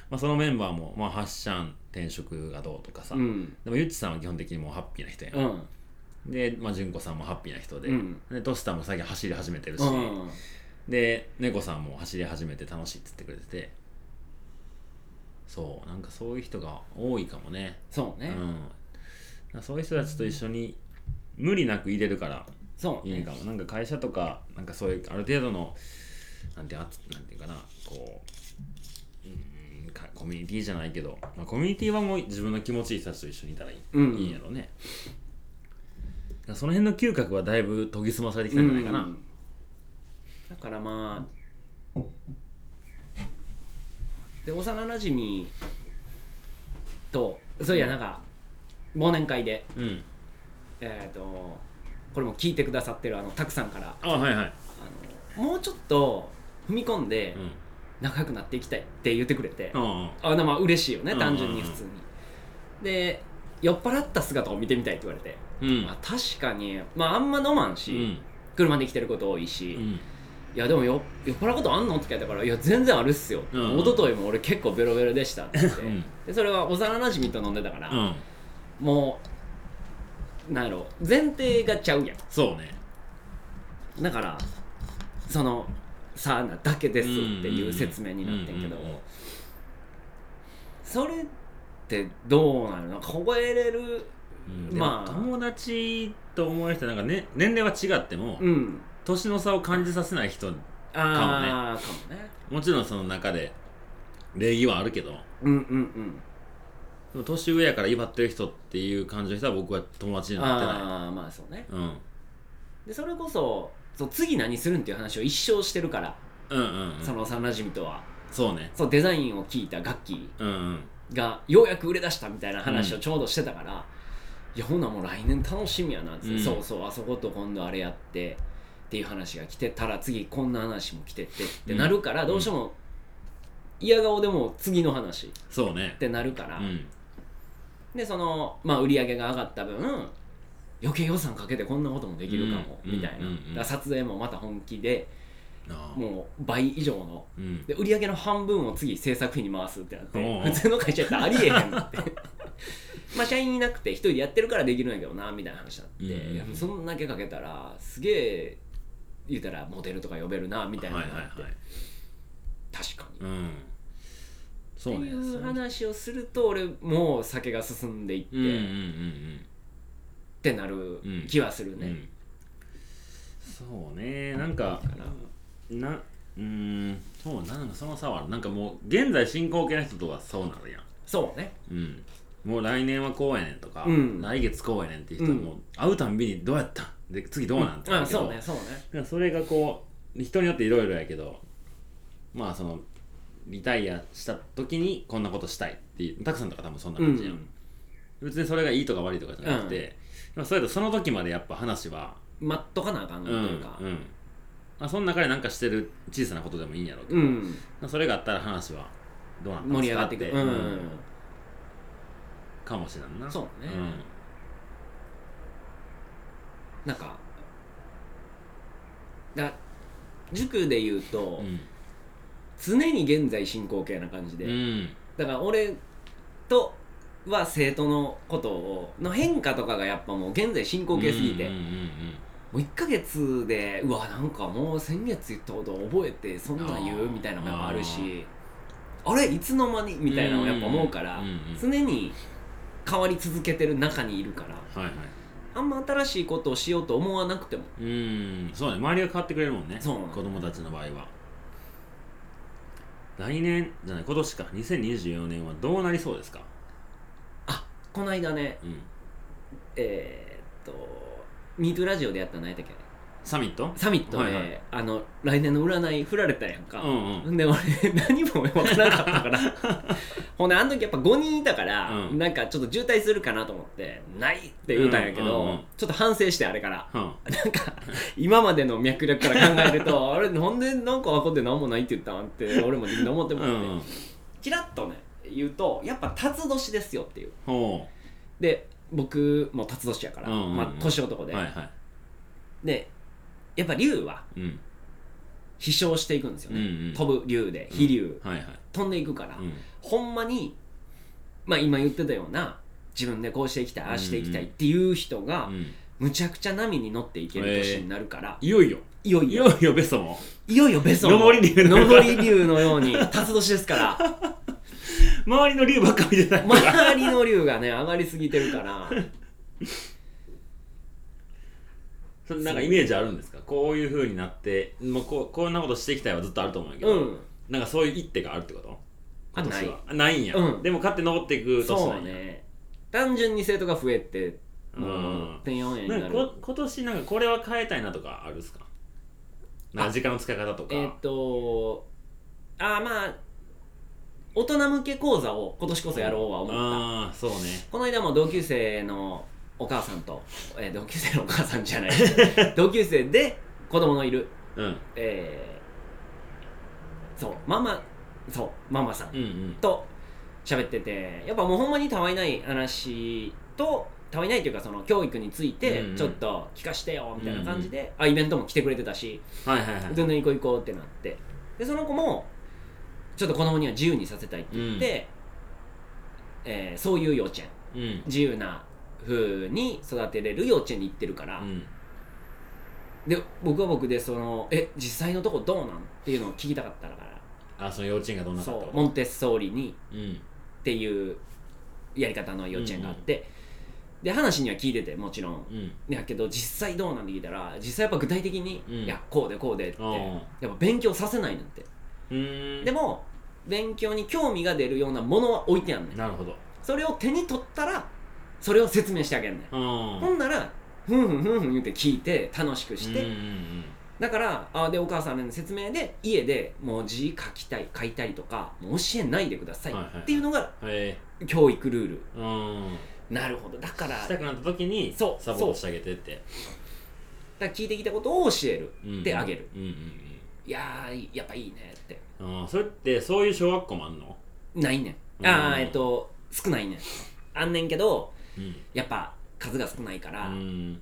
Speaker 1: まあ、そのメンバーも、まあ、ハッシャン転職がどうとかさ、
Speaker 2: うん
Speaker 1: でもゆっちさんは基本的にもうハッピーな人やん、
Speaker 2: うん
Speaker 1: で、まあ、純子さんもハッピーな人で、
Speaker 2: うん
Speaker 1: でトシタも最近走り始めてるし、
Speaker 2: うん
Speaker 1: で猫さんも走り始めて楽しいって言ってくれててそうなんかそういう人が多いかもね
Speaker 2: そう
Speaker 1: う
Speaker 2: ね
Speaker 1: んだからそういう人たちと一緒に無理なく入れるから
Speaker 2: そう
Speaker 1: いい
Speaker 2: ね
Speaker 1: かもなんか会社とかなんかそういうある程度のなんてあつなんていうかなこううーんかコミュニティじゃないけど、まあ、コミュニティはもう自分の気持ちいい人たちと一緒にいたらいい,、
Speaker 2: うん
Speaker 1: いいんやろねだからその辺の嗅覚はだいぶ研ぎ澄まされてきたんじゃないかな、
Speaker 2: うんだからまあで幼なじみとそういやなんか忘年会で
Speaker 1: うん
Speaker 2: えっ、とこれも聞いてくださってるあのたくさんから
Speaker 1: あはいはい、
Speaker 2: あのもうちょっと踏み込んで
Speaker 1: うん、
Speaker 2: 仲良くなっていきたいって言ってくれて、
Speaker 1: あ
Speaker 2: あでもまあ嬉しいよね
Speaker 1: うん
Speaker 2: 単純に普通に、で酔っ払った姿を見てみたいって言われて、
Speaker 1: うんうん
Speaker 2: まあ、確かにまああんま飲まんし、
Speaker 1: うん
Speaker 2: 車で来てること多いし、
Speaker 1: う
Speaker 2: い
Speaker 1: ん
Speaker 2: やでもよ酔っ払うことあんのって聞かれたから「いや全然あるっすよ」
Speaker 1: うん
Speaker 2: 一昨日も俺結構ベロベロでした」って言って、
Speaker 1: うん
Speaker 2: でそれは幼なじみと飲んでたから、
Speaker 1: うん
Speaker 2: もうなんやろ前提がちゃうやん
Speaker 1: そうね
Speaker 2: だからそのサウナだけですっていう説明になってんけど
Speaker 1: うんうんうんうん
Speaker 2: それってどうなのなんか覚えれる
Speaker 1: うん、ま
Speaker 2: ま
Speaker 1: あ
Speaker 2: あ
Speaker 1: 友達と思える人なんか、ね、年齢は違っても、
Speaker 2: うん
Speaker 1: 年の差を感じさせない人
Speaker 2: ああかもね
Speaker 1: もちろんその中で礼儀はあるけどで
Speaker 2: うんうん
Speaker 1: も年上やから威張ってる人っていう感じの人は僕は友達
Speaker 2: う
Speaker 1: に
Speaker 2: ん
Speaker 1: なってな
Speaker 2: ああまあそうね
Speaker 1: い、うん、
Speaker 2: でそれこそそう次何するんっていう話を一生してるから、
Speaker 1: うんうんうん
Speaker 2: その幼馴染とは
Speaker 1: そうね
Speaker 2: そうデザインを聞いた楽器
Speaker 1: うんうん
Speaker 2: がようやく売れ出したみたいな話をちょうどしてたから、いやほなもう来年楽しみやなって、
Speaker 1: うん
Speaker 2: そうそうあそこと今度あれやってっていう話が来てたら次こんな話も来てってってなるから、
Speaker 1: ん
Speaker 2: どうしても嫌顔でも次の話っ
Speaker 1: そうね
Speaker 2: てなるから、
Speaker 1: うん
Speaker 2: でその、まあ、売り上げが上がった分余計予算かけてこんなこともできるかも、
Speaker 1: うん
Speaker 2: みたいな、
Speaker 1: うんうんうん
Speaker 2: だから撮影もまた本気で
Speaker 1: ああ
Speaker 2: もう倍以上の
Speaker 1: うん
Speaker 2: で売り上げの半分を次制作費に回すってなって
Speaker 1: おうおう
Speaker 2: 普通の会社やったらありえへんって
Speaker 1: (laughs)
Speaker 2: まあ社員いなくて一人でやってるからできるんやけどなみたいな話になって、
Speaker 1: うんうん
Speaker 2: いやそんだけかけたらすげえ言うたらモデルとか呼べるなみたいな
Speaker 1: は
Speaker 2: の
Speaker 1: い
Speaker 2: が
Speaker 1: は
Speaker 2: あ
Speaker 1: い
Speaker 2: って、
Speaker 1: はい
Speaker 2: 確かに。
Speaker 1: うんそう
Speaker 2: って
Speaker 1: ね
Speaker 2: い
Speaker 1: そうの
Speaker 2: 話をすると俺もう酒が進んでいって、
Speaker 1: うんうんうん
Speaker 2: ってなる気はする
Speaker 1: うんう
Speaker 2: ね。
Speaker 1: んそうねなんか
Speaker 2: ら
Speaker 1: なうーんそうなんかその差はあるなんかもう現在進行形の人とはそうなるやん
Speaker 2: そうね
Speaker 1: うん、もう来年はこうやねんとか、
Speaker 2: うん
Speaker 1: 来月こうやねんっていう人は
Speaker 2: うん
Speaker 1: もう会うたんびにどうやったんで次どうなんってな
Speaker 2: あ
Speaker 1: るけど
Speaker 2: そうねそうね
Speaker 1: だからそれがこう人によっていろいろやけどまあそのリタイアした時にこんなことしたいっていうたくさんとか多分そんな
Speaker 2: うん
Speaker 1: 感じやん、別にそれがいいとか悪いとかじゃなくて、まあそれとその時までやっぱ話は
Speaker 2: 待っとかなあかん
Speaker 1: うん
Speaker 2: のというか
Speaker 1: う、んまあ、その中でなんかしてる小さなことでもいいんやろうけど、
Speaker 2: うん
Speaker 1: まあそれがあったら話はどうなったん
Speaker 2: 盛
Speaker 1: で
Speaker 2: り
Speaker 1: す
Speaker 2: 上
Speaker 1: か
Speaker 2: が
Speaker 1: っ
Speaker 2: って
Speaker 1: て
Speaker 2: いくうん、
Speaker 1: うんかもしれんな
Speaker 2: そうね
Speaker 1: ん
Speaker 2: なんかだ塾で言うと、
Speaker 1: うん
Speaker 2: 常に現在進行形な感じで、
Speaker 1: うん
Speaker 2: だから俺とは生徒のことをの変化とかがやっぱもう現在進行形すぎて、
Speaker 1: うんうんうん
Speaker 2: もう1ヶ月でうわなんかもう先月言ったこと覚えてそんなん言
Speaker 1: あ
Speaker 2: う
Speaker 1: ー
Speaker 2: みたいなのもあるしあれいつの間にみたいなのをやっぱ思うから、
Speaker 1: うんうんうん
Speaker 2: 常に変わり続けてる中にいるから
Speaker 1: うんはいはい
Speaker 2: あんま新しいことをしようと思わなくても
Speaker 1: うんそうね周りが変わってくれるもんね
Speaker 2: そうなの
Speaker 1: 子供たちの場合は来年じゃない今年か2024年はどうなりそうですか
Speaker 2: この間ね
Speaker 1: うん
Speaker 2: えーっと「ミートラジオ」でやった何やったっけ
Speaker 1: サミット
Speaker 2: サミットで、
Speaker 1: はいはい
Speaker 2: あの来年の占い振られたやんか、
Speaker 1: うんうん
Speaker 2: で俺何も分からなかったから
Speaker 1: (laughs)
Speaker 2: ほんであの時やっぱ5人いたから、
Speaker 1: うん
Speaker 2: なんかちょっと渋滞するかなと思って「ない!」って言うたんやけど、
Speaker 1: うんうんうん
Speaker 2: ちょっと反省してあれから
Speaker 1: うん
Speaker 2: なんか今までの脈絡から考え
Speaker 1: (laughs)
Speaker 2: ると「あれなんでなんかあこで何もないって言ったん?」って俺もみんな思ってもらって、
Speaker 1: うんうん
Speaker 2: チラッとね言うとやっぱ辰年ですよっていう
Speaker 1: ほ
Speaker 2: で僕も辰年やから、
Speaker 1: うんうんうん
Speaker 2: まあ、年
Speaker 1: う
Speaker 2: 男で、
Speaker 1: はいはい
Speaker 2: でやっぱ竜は
Speaker 1: うん
Speaker 2: 飛翔していくんですよね、
Speaker 1: うんうん
Speaker 2: 飛ぶ竜で飛竜、
Speaker 1: はいはい
Speaker 2: 飛んでいくから、
Speaker 1: うん
Speaker 2: ほんまにまあ今言ってたような自分でこうしていきたいああしていきたいっていう人が、
Speaker 1: うん
Speaker 2: むちゃくちゃ波に乗っていける年になるから、
Speaker 1: いよいよ
Speaker 2: いよい
Speaker 1: い
Speaker 2: よ
Speaker 1: よいよベソも
Speaker 2: いよいよベソの
Speaker 1: 上り竜
Speaker 2: 上り竜のように辰年ですから
Speaker 1: 周りの竜ばっか見てた
Speaker 2: 周りの竜がね上がりすぎてる
Speaker 1: (laughs)
Speaker 2: から
Speaker 1: それなんかイメージあるんですかこういう風になってもうこうこんなことしていきたいはずっとあると思うんやけ
Speaker 2: う
Speaker 1: ど、
Speaker 2: ん
Speaker 1: なんかそういう一手があるってこと
Speaker 2: あ
Speaker 1: 今
Speaker 2: ない
Speaker 1: 年はあないんや、
Speaker 2: うん
Speaker 1: でも勝って登っていく年
Speaker 2: そ
Speaker 1: な
Speaker 2: うん
Speaker 1: や
Speaker 2: ね単純に生徒が増えて
Speaker 1: うん
Speaker 2: もう点4円に
Speaker 1: なん
Speaker 2: な
Speaker 1: か
Speaker 2: る
Speaker 1: こ今年なんかこれは変えたいなとかあるんですかなんか時間の使い方とか、
Speaker 2: えーっとああまあ大人向け講座を今年こそやろうは思った、
Speaker 1: ああそうね
Speaker 2: この間も同級生のお母さんと、えー同級生のお母さんじ
Speaker 1: (laughs)
Speaker 2: ゃない同級生で子供のいる、
Speaker 1: うん
Speaker 2: えーそうママそうママさん
Speaker 1: うんうん
Speaker 2: と喋っててやっぱもうほんまにたわいない話とたわいないというかその教育について
Speaker 1: うんうん
Speaker 2: ちょっと聞かしてよみたいな感じで、あイベントも来てくれてたし
Speaker 1: はいはいはい
Speaker 2: 全然行こう行こうってなってでその子もちょっと子供には自由にさせたいって言って、えーそういう幼稚園
Speaker 1: うん
Speaker 2: 自由な風に育てれる幼稚園に行ってるから、
Speaker 1: うん
Speaker 2: で僕は僕でそのえ実際のとこどうなんっていうのを聞きたかったから
Speaker 1: あその幼稚園がどんなかった
Speaker 2: そう
Speaker 1: こと
Speaker 2: モンテッソーリに
Speaker 1: うん
Speaker 2: っていうやり方の幼稚園があって、で話には聞いててもちろん
Speaker 1: うん
Speaker 2: だけど実際どうなんて聞いたら実際やっぱ具体的に、
Speaker 1: うん
Speaker 2: いやこうでこうでって
Speaker 1: あー
Speaker 2: やっぱ勉強させないなんて
Speaker 1: うーん
Speaker 2: でも勉強に興味が出るようなものは置いてあんねん
Speaker 1: なるほど
Speaker 2: それを手に取ったらそれを説明してあげんねん
Speaker 1: うん
Speaker 2: ほんなら、ふんふんふんふん言って聞いて、楽しくして、
Speaker 1: うんうん
Speaker 2: だから、あで、お母さんの説明で、家でもう字書きたい、書いたりとか、もう教えないでください
Speaker 1: はいはい
Speaker 2: っていうのが
Speaker 1: うんえ
Speaker 2: 教育ルール。
Speaker 1: ー、うん
Speaker 2: なるほど。だから、
Speaker 1: したくなった時に
Speaker 2: そう
Speaker 1: サポートしてあげてって
Speaker 2: だから聞いてきたことを教える。
Speaker 1: うん
Speaker 2: であげる
Speaker 1: うんうん
Speaker 2: いやー、やっぱいいねって。
Speaker 1: うんあーそれってそういう小学校もあんの
Speaker 2: ないね。
Speaker 1: うんん
Speaker 2: あー、えっと、少ないねん。あんねんけど、
Speaker 1: うん
Speaker 2: やっぱ数が少ないから、
Speaker 1: うん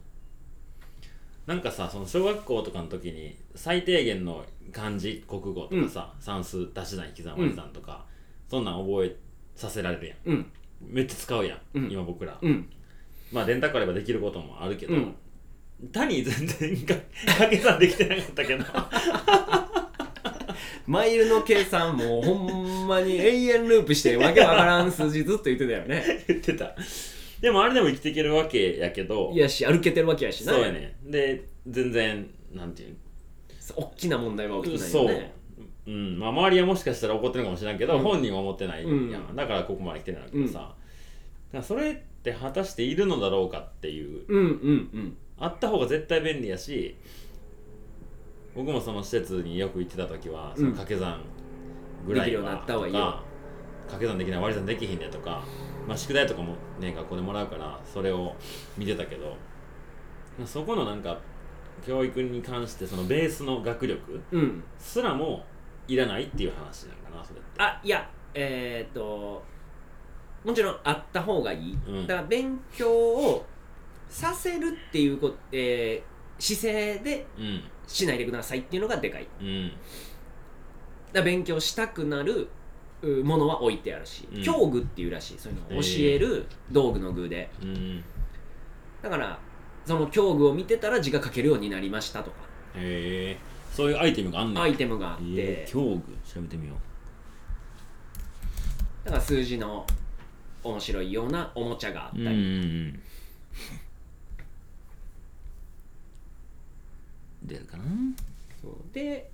Speaker 1: なんかさその小学校とかの時に最低限の漢字国語とかさ、算数足し算引き算割り算とか、そんなん覚えさせられるやん
Speaker 2: うん、
Speaker 1: めっちゃ使うやん、
Speaker 2: うん
Speaker 1: 今僕ら、
Speaker 2: うん、
Speaker 1: まあ電卓あればできることもあるけど、
Speaker 2: うん
Speaker 1: 谷全然か (laughs) 掛け算できてなかったけど (laughs)
Speaker 2: マイルの計算もうほんまに永遠ループしてわけわからん数字ずっと言ってたよね
Speaker 1: 言ってたでもあれでも生きていけるわけやけど
Speaker 2: いやし歩けてるわけやしな
Speaker 1: そうやねで全然なんていう
Speaker 2: 大きな問題は起きてない
Speaker 1: そ
Speaker 2: よ
Speaker 1: う、
Speaker 2: ね
Speaker 1: うんまあ、周りはもしかしたら怒ってるかもしれないけど、
Speaker 2: うん
Speaker 1: 本人は思ってないやん、
Speaker 2: うん
Speaker 1: だからここまで来てるんだけどさ、だからそれって果たしているのだろうかっていう
Speaker 2: うんうん
Speaker 1: あった方が絶対便利やし僕もその施設によく行ってた時はその掛け算ぐらいは
Speaker 2: できるようになった方がいいよ
Speaker 1: とか掛け算できない割り算できひんねとか、まあ、宿題とかもね学校でもらうからそれを見てたけどそこのなんか教育に関してそのベースの学力、
Speaker 2: うんうん
Speaker 1: すらもいらないっていう話なんかなそれって
Speaker 2: あいやえー、っともちろんあった方がいい、
Speaker 1: うん
Speaker 2: だから勉強をさせるっていうこと、えー姿勢で
Speaker 1: うん
Speaker 2: しないでくださいっていうのがでかいだか
Speaker 1: うん
Speaker 2: ら勉強したくなるうものは置いてあるし、
Speaker 1: うん
Speaker 2: 教具っていうらしいそういうのを教える道具の具で
Speaker 1: うん
Speaker 2: だからその教具を見てたら字が書けるようになりましたとか
Speaker 1: へえそういうアイテムがあんの
Speaker 2: アイテムがあって、
Speaker 1: えー、教具調べてみよ
Speaker 2: だから数字の面白いようなおもちゃがあっ
Speaker 1: う
Speaker 2: た
Speaker 1: うんう
Speaker 2: り、
Speaker 1: ん出るかな
Speaker 2: そうで、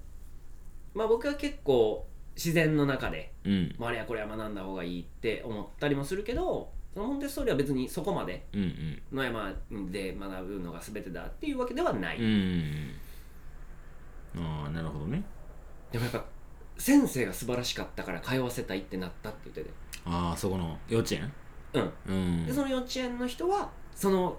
Speaker 2: まあ、僕は結構自然の中で、
Speaker 1: うん
Speaker 2: まあ、あれやこれは学んだ方がいいって思ったりもするけどそのモンテッソーリは別にそこまで
Speaker 1: うんうん
Speaker 2: 野山で学ぶのが全てだっていうわけではない、
Speaker 1: うんうんうんああなるほどね
Speaker 2: でもやっぱ先生が素晴らしかったから通わせたいってなったって言ってて
Speaker 1: ああそこの幼稚園
Speaker 2: うん
Speaker 1: うん
Speaker 2: でその幼稚園の人はその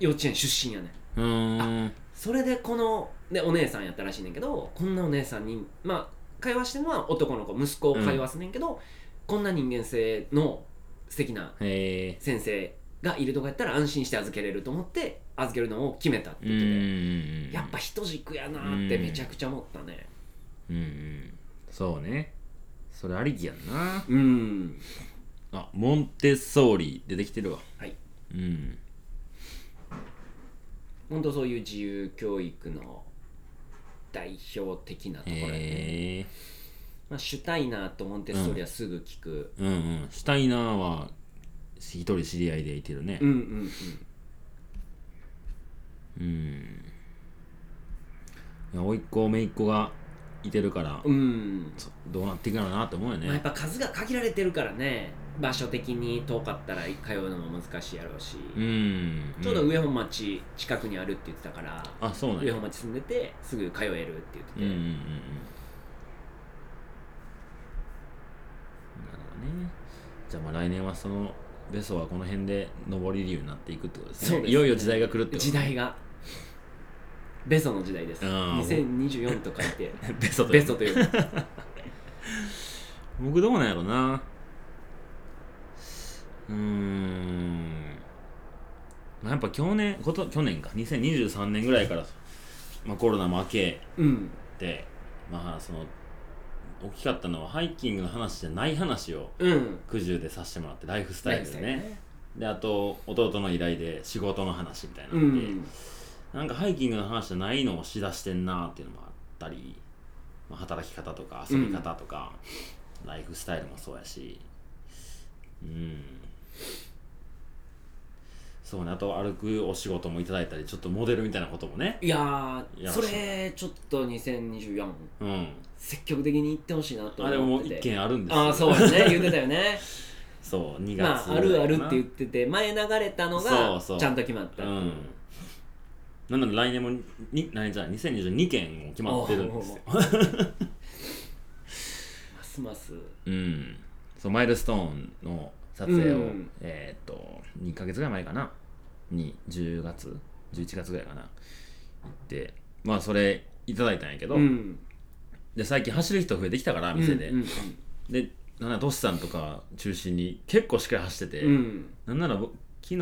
Speaker 2: 幼稚園出身やねん
Speaker 1: うーん
Speaker 2: それでこのでお姉さんやったらしいねんけどこんなお姉さんにまあ会話してるのは男の子息子を会話すねんけど、こんな人間性の素敵な
Speaker 1: へえ
Speaker 2: 先生がいるとかやったら安心して預けれると思って預けるのを決めたって
Speaker 1: うん
Speaker 2: 言って
Speaker 1: う
Speaker 2: て、
Speaker 1: んうん
Speaker 2: やっぱ人軸やなーってめちゃくちゃ思ったね
Speaker 1: うんうんそうねそれありきやんな
Speaker 2: うん、
Speaker 1: あモンテッソーリ出てきてるわ
Speaker 2: はい
Speaker 1: うん
Speaker 2: ほんとそういう自由教育の代表的なところやね、
Speaker 1: へえ
Speaker 2: まあ、シュタイナーとモンテッソーリはすぐ聞く、
Speaker 1: うんうんシュタイナーは一人知り合いでいてるね
Speaker 2: うん、うんうん
Speaker 1: うんいや甥っ子姪っ子がいてるから、
Speaker 2: うん
Speaker 1: そどうなっていくのかなって思うよね、
Speaker 2: まあ、やっぱ数が限られてるからね場所的に遠かったら通うのも難しいやろうし、
Speaker 1: うん
Speaker 2: ちょうど
Speaker 1: ん
Speaker 2: 上本町近くにあるって言ってたから、
Speaker 1: あそうなん
Speaker 2: 上
Speaker 1: や
Speaker 2: 本町住んでてすぐ通えるって言って
Speaker 1: うん
Speaker 2: て、
Speaker 1: うんうんうんなるほどねじゃあまあ来年はそのベソはこの辺で上り流になっていくってことですねいよいよ時代が来るってこと
Speaker 2: 時代がベソの時代です
Speaker 1: あー
Speaker 2: 2024と
Speaker 1: (laughs)
Speaker 2: 書いて
Speaker 1: ベソと
Speaker 2: ベソという
Speaker 1: 僕どうなんやろなうーんまあやっぱ去年こと去年か2023年ぐらいから、まあ、コロナも明け
Speaker 2: うん
Speaker 1: てまあその大きかったのはハイキングの話じゃない話を (laughs)
Speaker 2: うん
Speaker 1: 九十でさせてもらってライフスタイルで
Speaker 2: ライフ
Speaker 1: ねであと弟の依頼で仕事の話みたいな
Speaker 2: うん
Speaker 1: で、
Speaker 2: ん
Speaker 1: なんかハイキングの話じゃないのをしだしてんなっていうのもあったり、まあ、働き方とか遊び方とか、ライフスタイルもそうやしうんそうねあと歩くお仕事もいただいたりちょっとモデルみたいなこともね
Speaker 2: いやー
Speaker 1: いや
Speaker 2: それちょっと2024
Speaker 1: うん
Speaker 2: 積極的に行ってほしいなと
Speaker 1: あれも
Speaker 2: 思
Speaker 1: う
Speaker 2: ってて
Speaker 1: 一件あるんですよ
Speaker 2: ああそうやね言ってたよね
Speaker 1: そう2月
Speaker 2: まあ、あるあるって言ってて前流れたの
Speaker 1: そう
Speaker 2: が
Speaker 1: そう
Speaker 2: ちゃんと決まった
Speaker 1: う、んなので来年もに来年じゃない2022件も決まってるんですよ
Speaker 2: (laughs) ますます
Speaker 1: うん、そうマイルストーンの撮影を、
Speaker 2: うん
Speaker 1: えーっと2ヶ月ぐらい前かなに10月11月ぐらいかな行ってまあそれいただいたんやけど、
Speaker 2: うん
Speaker 1: で最近走る人増えてきたから店で、
Speaker 2: うん
Speaker 1: でなんならトシさんとか中心に結構しっかり走ってて、
Speaker 2: うんうん
Speaker 1: なんならぼ昨日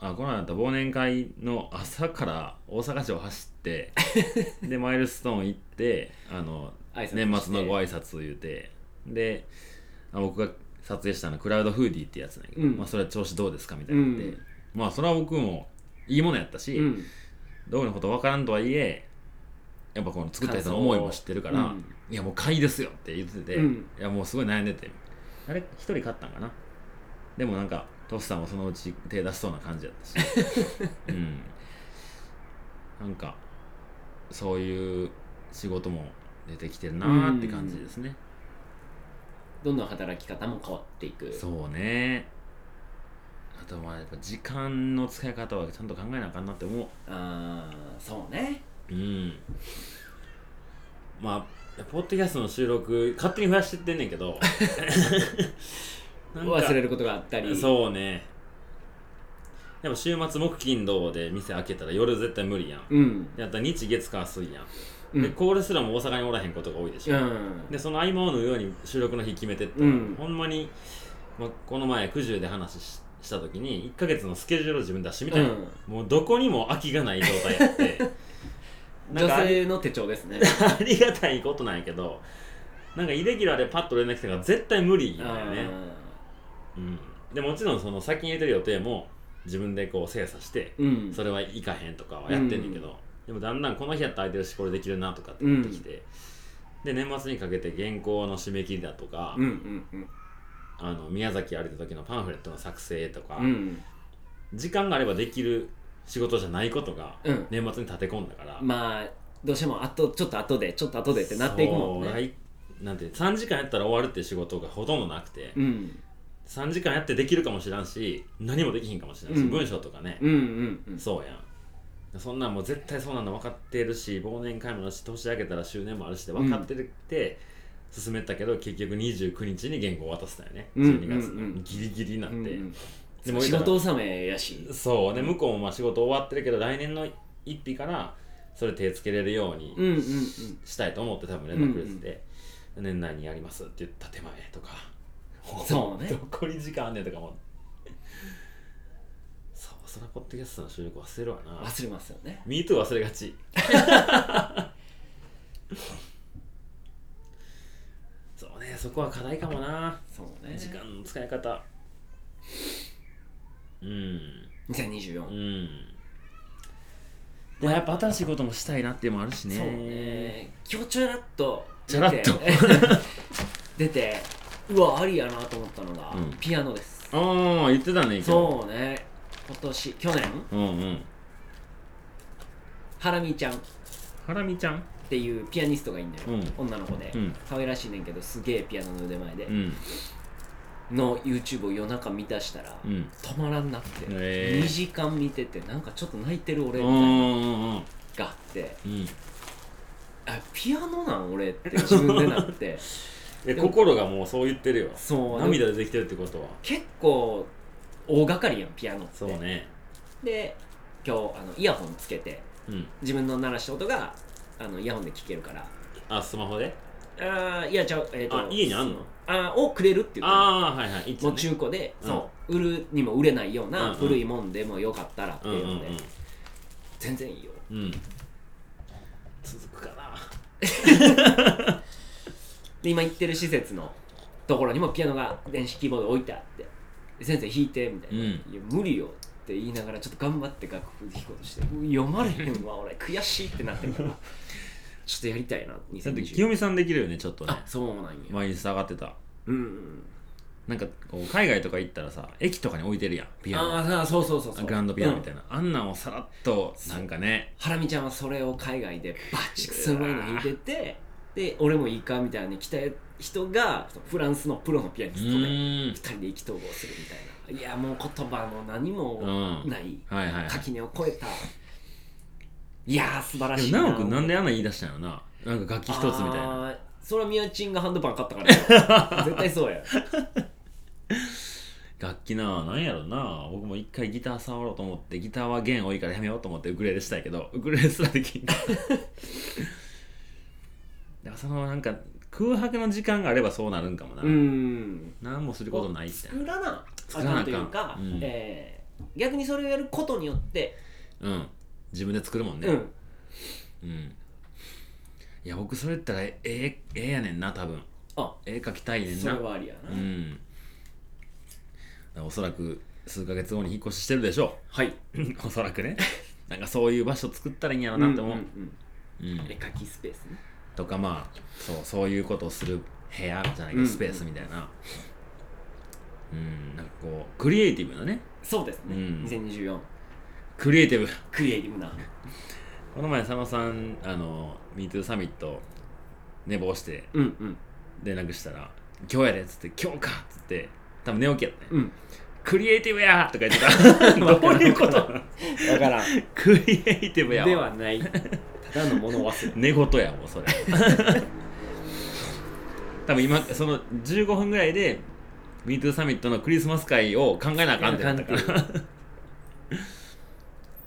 Speaker 1: あこの間忘年会の朝から大阪市を走って
Speaker 2: (laughs)
Speaker 1: でマイルストーン行ってあの
Speaker 2: 挨拶して
Speaker 1: 年末のご挨拶を言うてであ僕が撮影したのはクラウドフーディーってやつなんやけど、
Speaker 2: うん
Speaker 1: まあ、それは調子どうですかみたいなんで、
Speaker 2: うん
Speaker 1: まあそれは僕もいいものやったし、
Speaker 2: うん
Speaker 1: どうのこと分からんとはいえやっぱこの作った人の思いも知ってるから、
Speaker 2: うん
Speaker 1: いやもう買いですよって言ってて、
Speaker 2: うん
Speaker 1: いやもうすごい悩んでてあれ一人買ったんかなでもなんかトスさんもそのうち手出しそうな感じやったし
Speaker 2: (laughs)
Speaker 1: うんなんかそういう仕事も出てきてるなーって感じですね、
Speaker 2: どんどん働き方も変わっていく
Speaker 1: そうねあとまあやっぱ時間の使い方はちゃんと考えなあかんなって思う
Speaker 2: ああそうね
Speaker 1: うんまあポッドキャストの収録勝手に増やしてってんねんけどなんか
Speaker 2: (laughs) 忘れることがあったりう
Speaker 1: そうねやっぱ週末木金土で店開けたら夜絶対無理やん
Speaker 2: うん
Speaker 1: やったら日月火水やん、
Speaker 2: うん
Speaker 1: でコールすらも大阪におらへんことが多いでし
Speaker 2: う
Speaker 1: ょ、
Speaker 2: ん
Speaker 1: でその合間を縫うように収録の日決めてったら、
Speaker 2: うん
Speaker 1: ほんまに、まあ、この前九十で話しした時に1ヶ月のスケジュールを自分で出してみた
Speaker 2: う
Speaker 1: いな、
Speaker 2: ん
Speaker 1: もうどこにも空きがない状態やってなんか
Speaker 2: 女性の手帳で
Speaker 1: (laughs)
Speaker 2: すね
Speaker 1: ありがたいことなんやけどなんかイレギュラーでパッと連絡来たから絶対無理だよね、うん、でもちろんその先に入れてる予定も自分でこう精査して
Speaker 2: うんうん
Speaker 1: それは行かへんとかはやってんねんけど、でもだんだんこの日やったら空いてるしこれできるなとかってなってきて、で年末にかけて原稿の締め切りだとか、
Speaker 2: うんうんうん
Speaker 1: あの宮崎歩いた時のパンフレットの作成とか、
Speaker 2: うん
Speaker 1: 時間があればできる仕事じゃないことが
Speaker 2: うん
Speaker 1: 年末に立て込んだから、
Speaker 2: まあどうしてもあとちょっと後でちょっと後でってなっていくもん
Speaker 1: そう
Speaker 2: ね
Speaker 1: 来なんて3時間やったら終わるっていう仕事がほとんどなくて、
Speaker 2: うん
Speaker 1: 3時間やってできるかもしらんし何もできひんかもしれんし、
Speaker 2: うん
Speaker 1: 文章とかね、
Speaker 2: うんうんうん
Speaker 1: そうやんそんなんもう絶対そうなの分かってるし忘年会もあるし年明けたら周年もあるしで分かってるって進めたけど、結局29日に原稿を渡したよね
Speaker 2: うん
Speaker 1: 12月の、
Speaker 2: うんうん
Speaker 1: ギリギリになって、
Speaker 2: うんうん
Speaker 1: でも
Speaker 2: 仕事納めやし
Speaker 1: そうね向こうもまあ仕事終わってるけど来年の一日からそれ手つけれるように
Speaker 2: うんうんうん
Speaker 1: したいと思って多分連絡くれてて、年内にやりますって言った手前とか
Speaker 2: そうね
Speaker 1: 残り時間あんねんとかもそうそらポッドキャストの収録忘れるわな
Speaker 2: 忘れますよね
Speaker 1: MeToo 忘れが (laughs) ちそうねそこは課題かもな
Speaker 2: そうね
Speaker 1: 時間の使い方うん
Speaker 2: 2024
Speaker 1: うんまあやっぱ新しいこともしたいなっていうのもあるしね
Speaker 2: そうね今日ちょらっと
Speaker 1: ちょらっと
Speaker 2: (laughs) 出て出てうわありやなと思ったのが、
Speaker 1: うん
Speaker 2: ピアノです
Speaker 1: ああ言ってたね
Speaker 2: そうね今年去年
Speaker 1: ううんうん
Speaker 2: ハラミちゃんっ
Speaker 1: ハラミちゃん
Speaker 2: ていうピアニストがいいんだよ、
Speaker 1: うん
Speaker 2: 女の子で、
Speaker 1: うん
Speaker 2: 可愛らしいねんけどすげえピアノの腕前で
Speaker 1: う、ん
Speaker 2: の YouTube を夜中見出したら、
Speaker 1: うん
Speaker 2: 止まらんなくて、
Speaker 1: へえ
Speaker 2: 2時間見ててなんかちょっと泣いてる俺
Speaker 1: う
Speaker 2: み
Speaker 1: んう
Speaker 2: たいなの
Speaker 1: んうん
Speaker 2: があって
Speaker 1: うん
Speaker 2: あピアノなん俺って自分でなって
Speaker 1: (laughs) え心がもうそう言ってるよ
Speaker 2: そう
Speaker 1: 涙でできてるってことは
Speaker 2: 結構大掛かりやんピアノって
Speaker 1: そうね
Speaker 2: で今日あのイヤホンつけて
Speaker 1: うん
Speaker 2: 自分の鳴らした音があのイヤホンで聴けるから
Speaker 1: あスマホで
Speaker 2: あーいやちゃうえっ、と
Speaker 1: あ家にあんの
Speaker 2: あーをくれるっていうか
Speaker 1: ああはいはいいつ
Speaker 2: も
Speaker 1: も
Speaker 2: う
Speaker 1: ね
Speaker 2: 中古で、
Speaker 1: うん
Speaker 2: そう売るにも売れないよう
Speaker 1: うんう
Speaker 2: なん古いもんでもよかったらって
Speaker 1: うんう
Speaker 2: い
Speaker 1: ん
Speaker 2: う
Speaker 1: う
Speaker 2: の
Speaker 1: ん
Speaker 2: で、全然いいよ
Speaker 1: うん続くかな
Speaker 2: で今行ってる施設のところにもピアノが電子キーボード置いてあってで先生弾いてみたいな、
Speaker 1: うん
Speaker 2: いや無理よって言いながらちょっと頑張って楽譜弾こうとしてう読まれへんわ俺悔しいってなってるから
Speaker 1: (laughs)
Speaker 2: ちょっとやりたいな
Speaker 1: だって
Speaker 2: 2020
Speaker 1: 清美さんできるよねちょっとね
Speaker 2: あそうなんや、
Speaker 1: 毎日上がってた
Speaker 2: うんうん
Speaker 1: なんかこう海外とか行ったらさ駅とかに置いてるやんピアノ
Speaker 2: あーあそうそうそうそう
Speaker 1: グランドピアノみ
Speaker 2: いな、
Speaker 1: たいな、あんなんをさらっとなんかね
Speaker 2: ハラミちゃんはそれを海外でバチクソうまいの弾いててで俺もいいかみたいに来た人がフランスのプロのピアニ
Speaker 1: う
Speaker 2: ストで
Speaker 1: ーん
Speaker 2: 二人で意気投合するみたいないやもう言葉も何
Speaker 1: う
Speaker 2: も
Speaker 1: ん
Speaker 2: ない
Speaker 1: はいはいはい
Speaker 2: 垣根を超えたいやー素晴らし
Speaker 1: で
Speaker 2: い
Speaker 1: も奈くんなん
Speaker 2: で
Speaker 1: であんなん言い出したんやろななんか楽器一つみたいな
Speaker 2: それはみやちんがハンドパン買ったか
Speaker 1: (laughs)
Speaker 2: らよ絶対そうや
Speaker 1: 楽器ななんやろな僕も一回ギター触ろうと思ってギターは弦多いからやめようと思ってウクレレしたいけどウクレレすらできんかっただ
Speaker 2: (laughs)
Speaker 1: からそのなんか空白の時間があればそうなるんかもな、
Speaker 2: うーん
Speaker 1: 何もすることないって
Speaker 2: 作らなあ
Speaker 1: 作らなあかん
Speaker 2: かんというか、
Speaker 1: うん
Speaker 2: えー逆にそれをやることによって、
Speaker 1: うん自分で作るもんね
Speaker 2: うん
Speaker 1: うんいや僕それ言ったらええええやねんな多分
Speaker 2: あ
Speaker 1: 絵描きたいねん
Speaker 2: それ
Speaker 1: な
Speaker 2: はありやな、
Speaker 1: うんおそらく数ヶ月後に引っ越ししてるでしょ
Speaker 2: はい、
Speaker 1: う (laughs) おそらくねなんかそういう場所作ったらいいんやろ
Speaker 2: な
Speaker 1: なんって
Speaker 2: と
Speaker 1: 思
Speaker 2: も
Speaker 1: う、うん
Speaker 2: 絵描きスペースね
Speaker 1: とかまあそうそういうことをする部屋じゃないけど
Speaker 2: うん
Speaker 1: スペースみたいなうんなんかこうクリエイティブなね
Speaker 2: そうですね、
Speaker 1: うん
Speaker 2: 2024
Speaker 1: クリエイティブ
Speaker 2: クリエイティブな
Speaker 1: この前佐野さんあの MeToo サミット寝坊して
Speaker 2: うんうん
Speaker 1: 連絡したら「今日やで」っつって「今日か」っつって多分寝起きやったね、
Speaker 2: うん
Speaker 1: クリエイティブやーとか言 (laughs) ってたどういうこと
Speaker 2: だからん
Speaker 1: クリエイティブや
Speaker 2: で
Speaker 1: わ
Speaker 2: はないただのもの忘れ
Speaker 1: 寝言やもうそれ (laughs) 多分今その15分ぐらいで MeToo サミットのクリスマス会を考えなあかんってなったから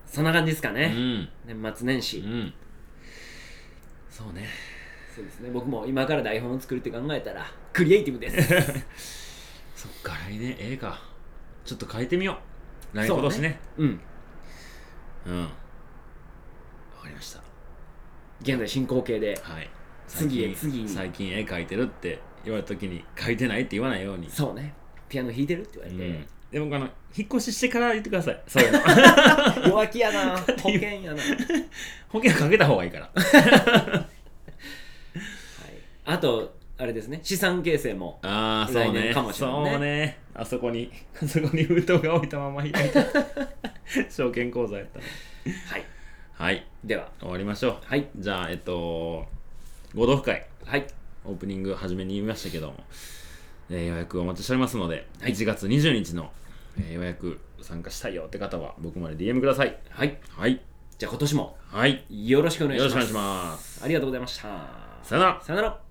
Speaker 2: そんな感じですか
Speaker 1: う
Speaker 2: ね、
Speaker 1: ん
Speaker 2: 年末年
Speaker 1: う
Speaker 2: 始、
Speaker 1: んそうね
Speaker 2: そうですね僕も今から台本を作るって考えたらクリエイティブです
Speaker 1: そっか来年ええかちょっと変えてみよ (laughs) う来年今年ね
Speaker 2: うん
Speaker 1: うんわかりました
Speaker 2: 現在進行形で
Speaker 1: はい、
Speaker 2: 次へ
Speaker 1: 最近
Speaker 2: 次に
Speaker 1: 最近絵描いてるって言われた時に描いてないって言わないように
Speaker 2: そうねピアノ弾いてるって言われ
Speaker 1: ん
Speaker 2: て、、
Speaker 1: でもあの引っ越ししてから言ってくださいそういう (laughs) の
Speaker 2: 弱気
Speaker 1: (laughs)
Speaker 2: やな保険やな、はい、
Speaker 1: 保険かけた方がいいから
Speaker 2: あとあれですね資産形成も
Speaker 1: ああそう
Speaker 2: 来年
Speaker 1: ね
Speaker 2: かもしれんね
Speaker 1: そうねあそこに (laughs) あそこに封筒が置いたまま開い
Speaker 2: (laughs)
Speaker 1: て証券口座やったの
Speaker 2: はい
Speaker 1: はい
Speaker 2: では
Speaker 1: 終わりましょう
Speaker 2: はい
Speaker 1: じゃあえっと合同深い
Speaker 2: はい
Speaker 1: オープニング初めに言いましたけども、えー予約お待ちしておりますので、
Speaker 2: はい
Speaker 1: 1月20日の、えー予約参加したいよって方は僕まで DM ください
Speaker 2: はい
Speaker 1: はい
Speaker 2: じゃあ今年も
Speaker 1: はい
Speaker 2: よろしくお願い
Speaker 1: よ
Speaker 2: し
Speaker 1: ろ
Speaker 2: ま
Speaker 1: しく
Speaker 2: す
Speaker 1: お願いします
Speaker 2: ありがとうございました
Speaker 1: さよなら
Speaker 2: さよなら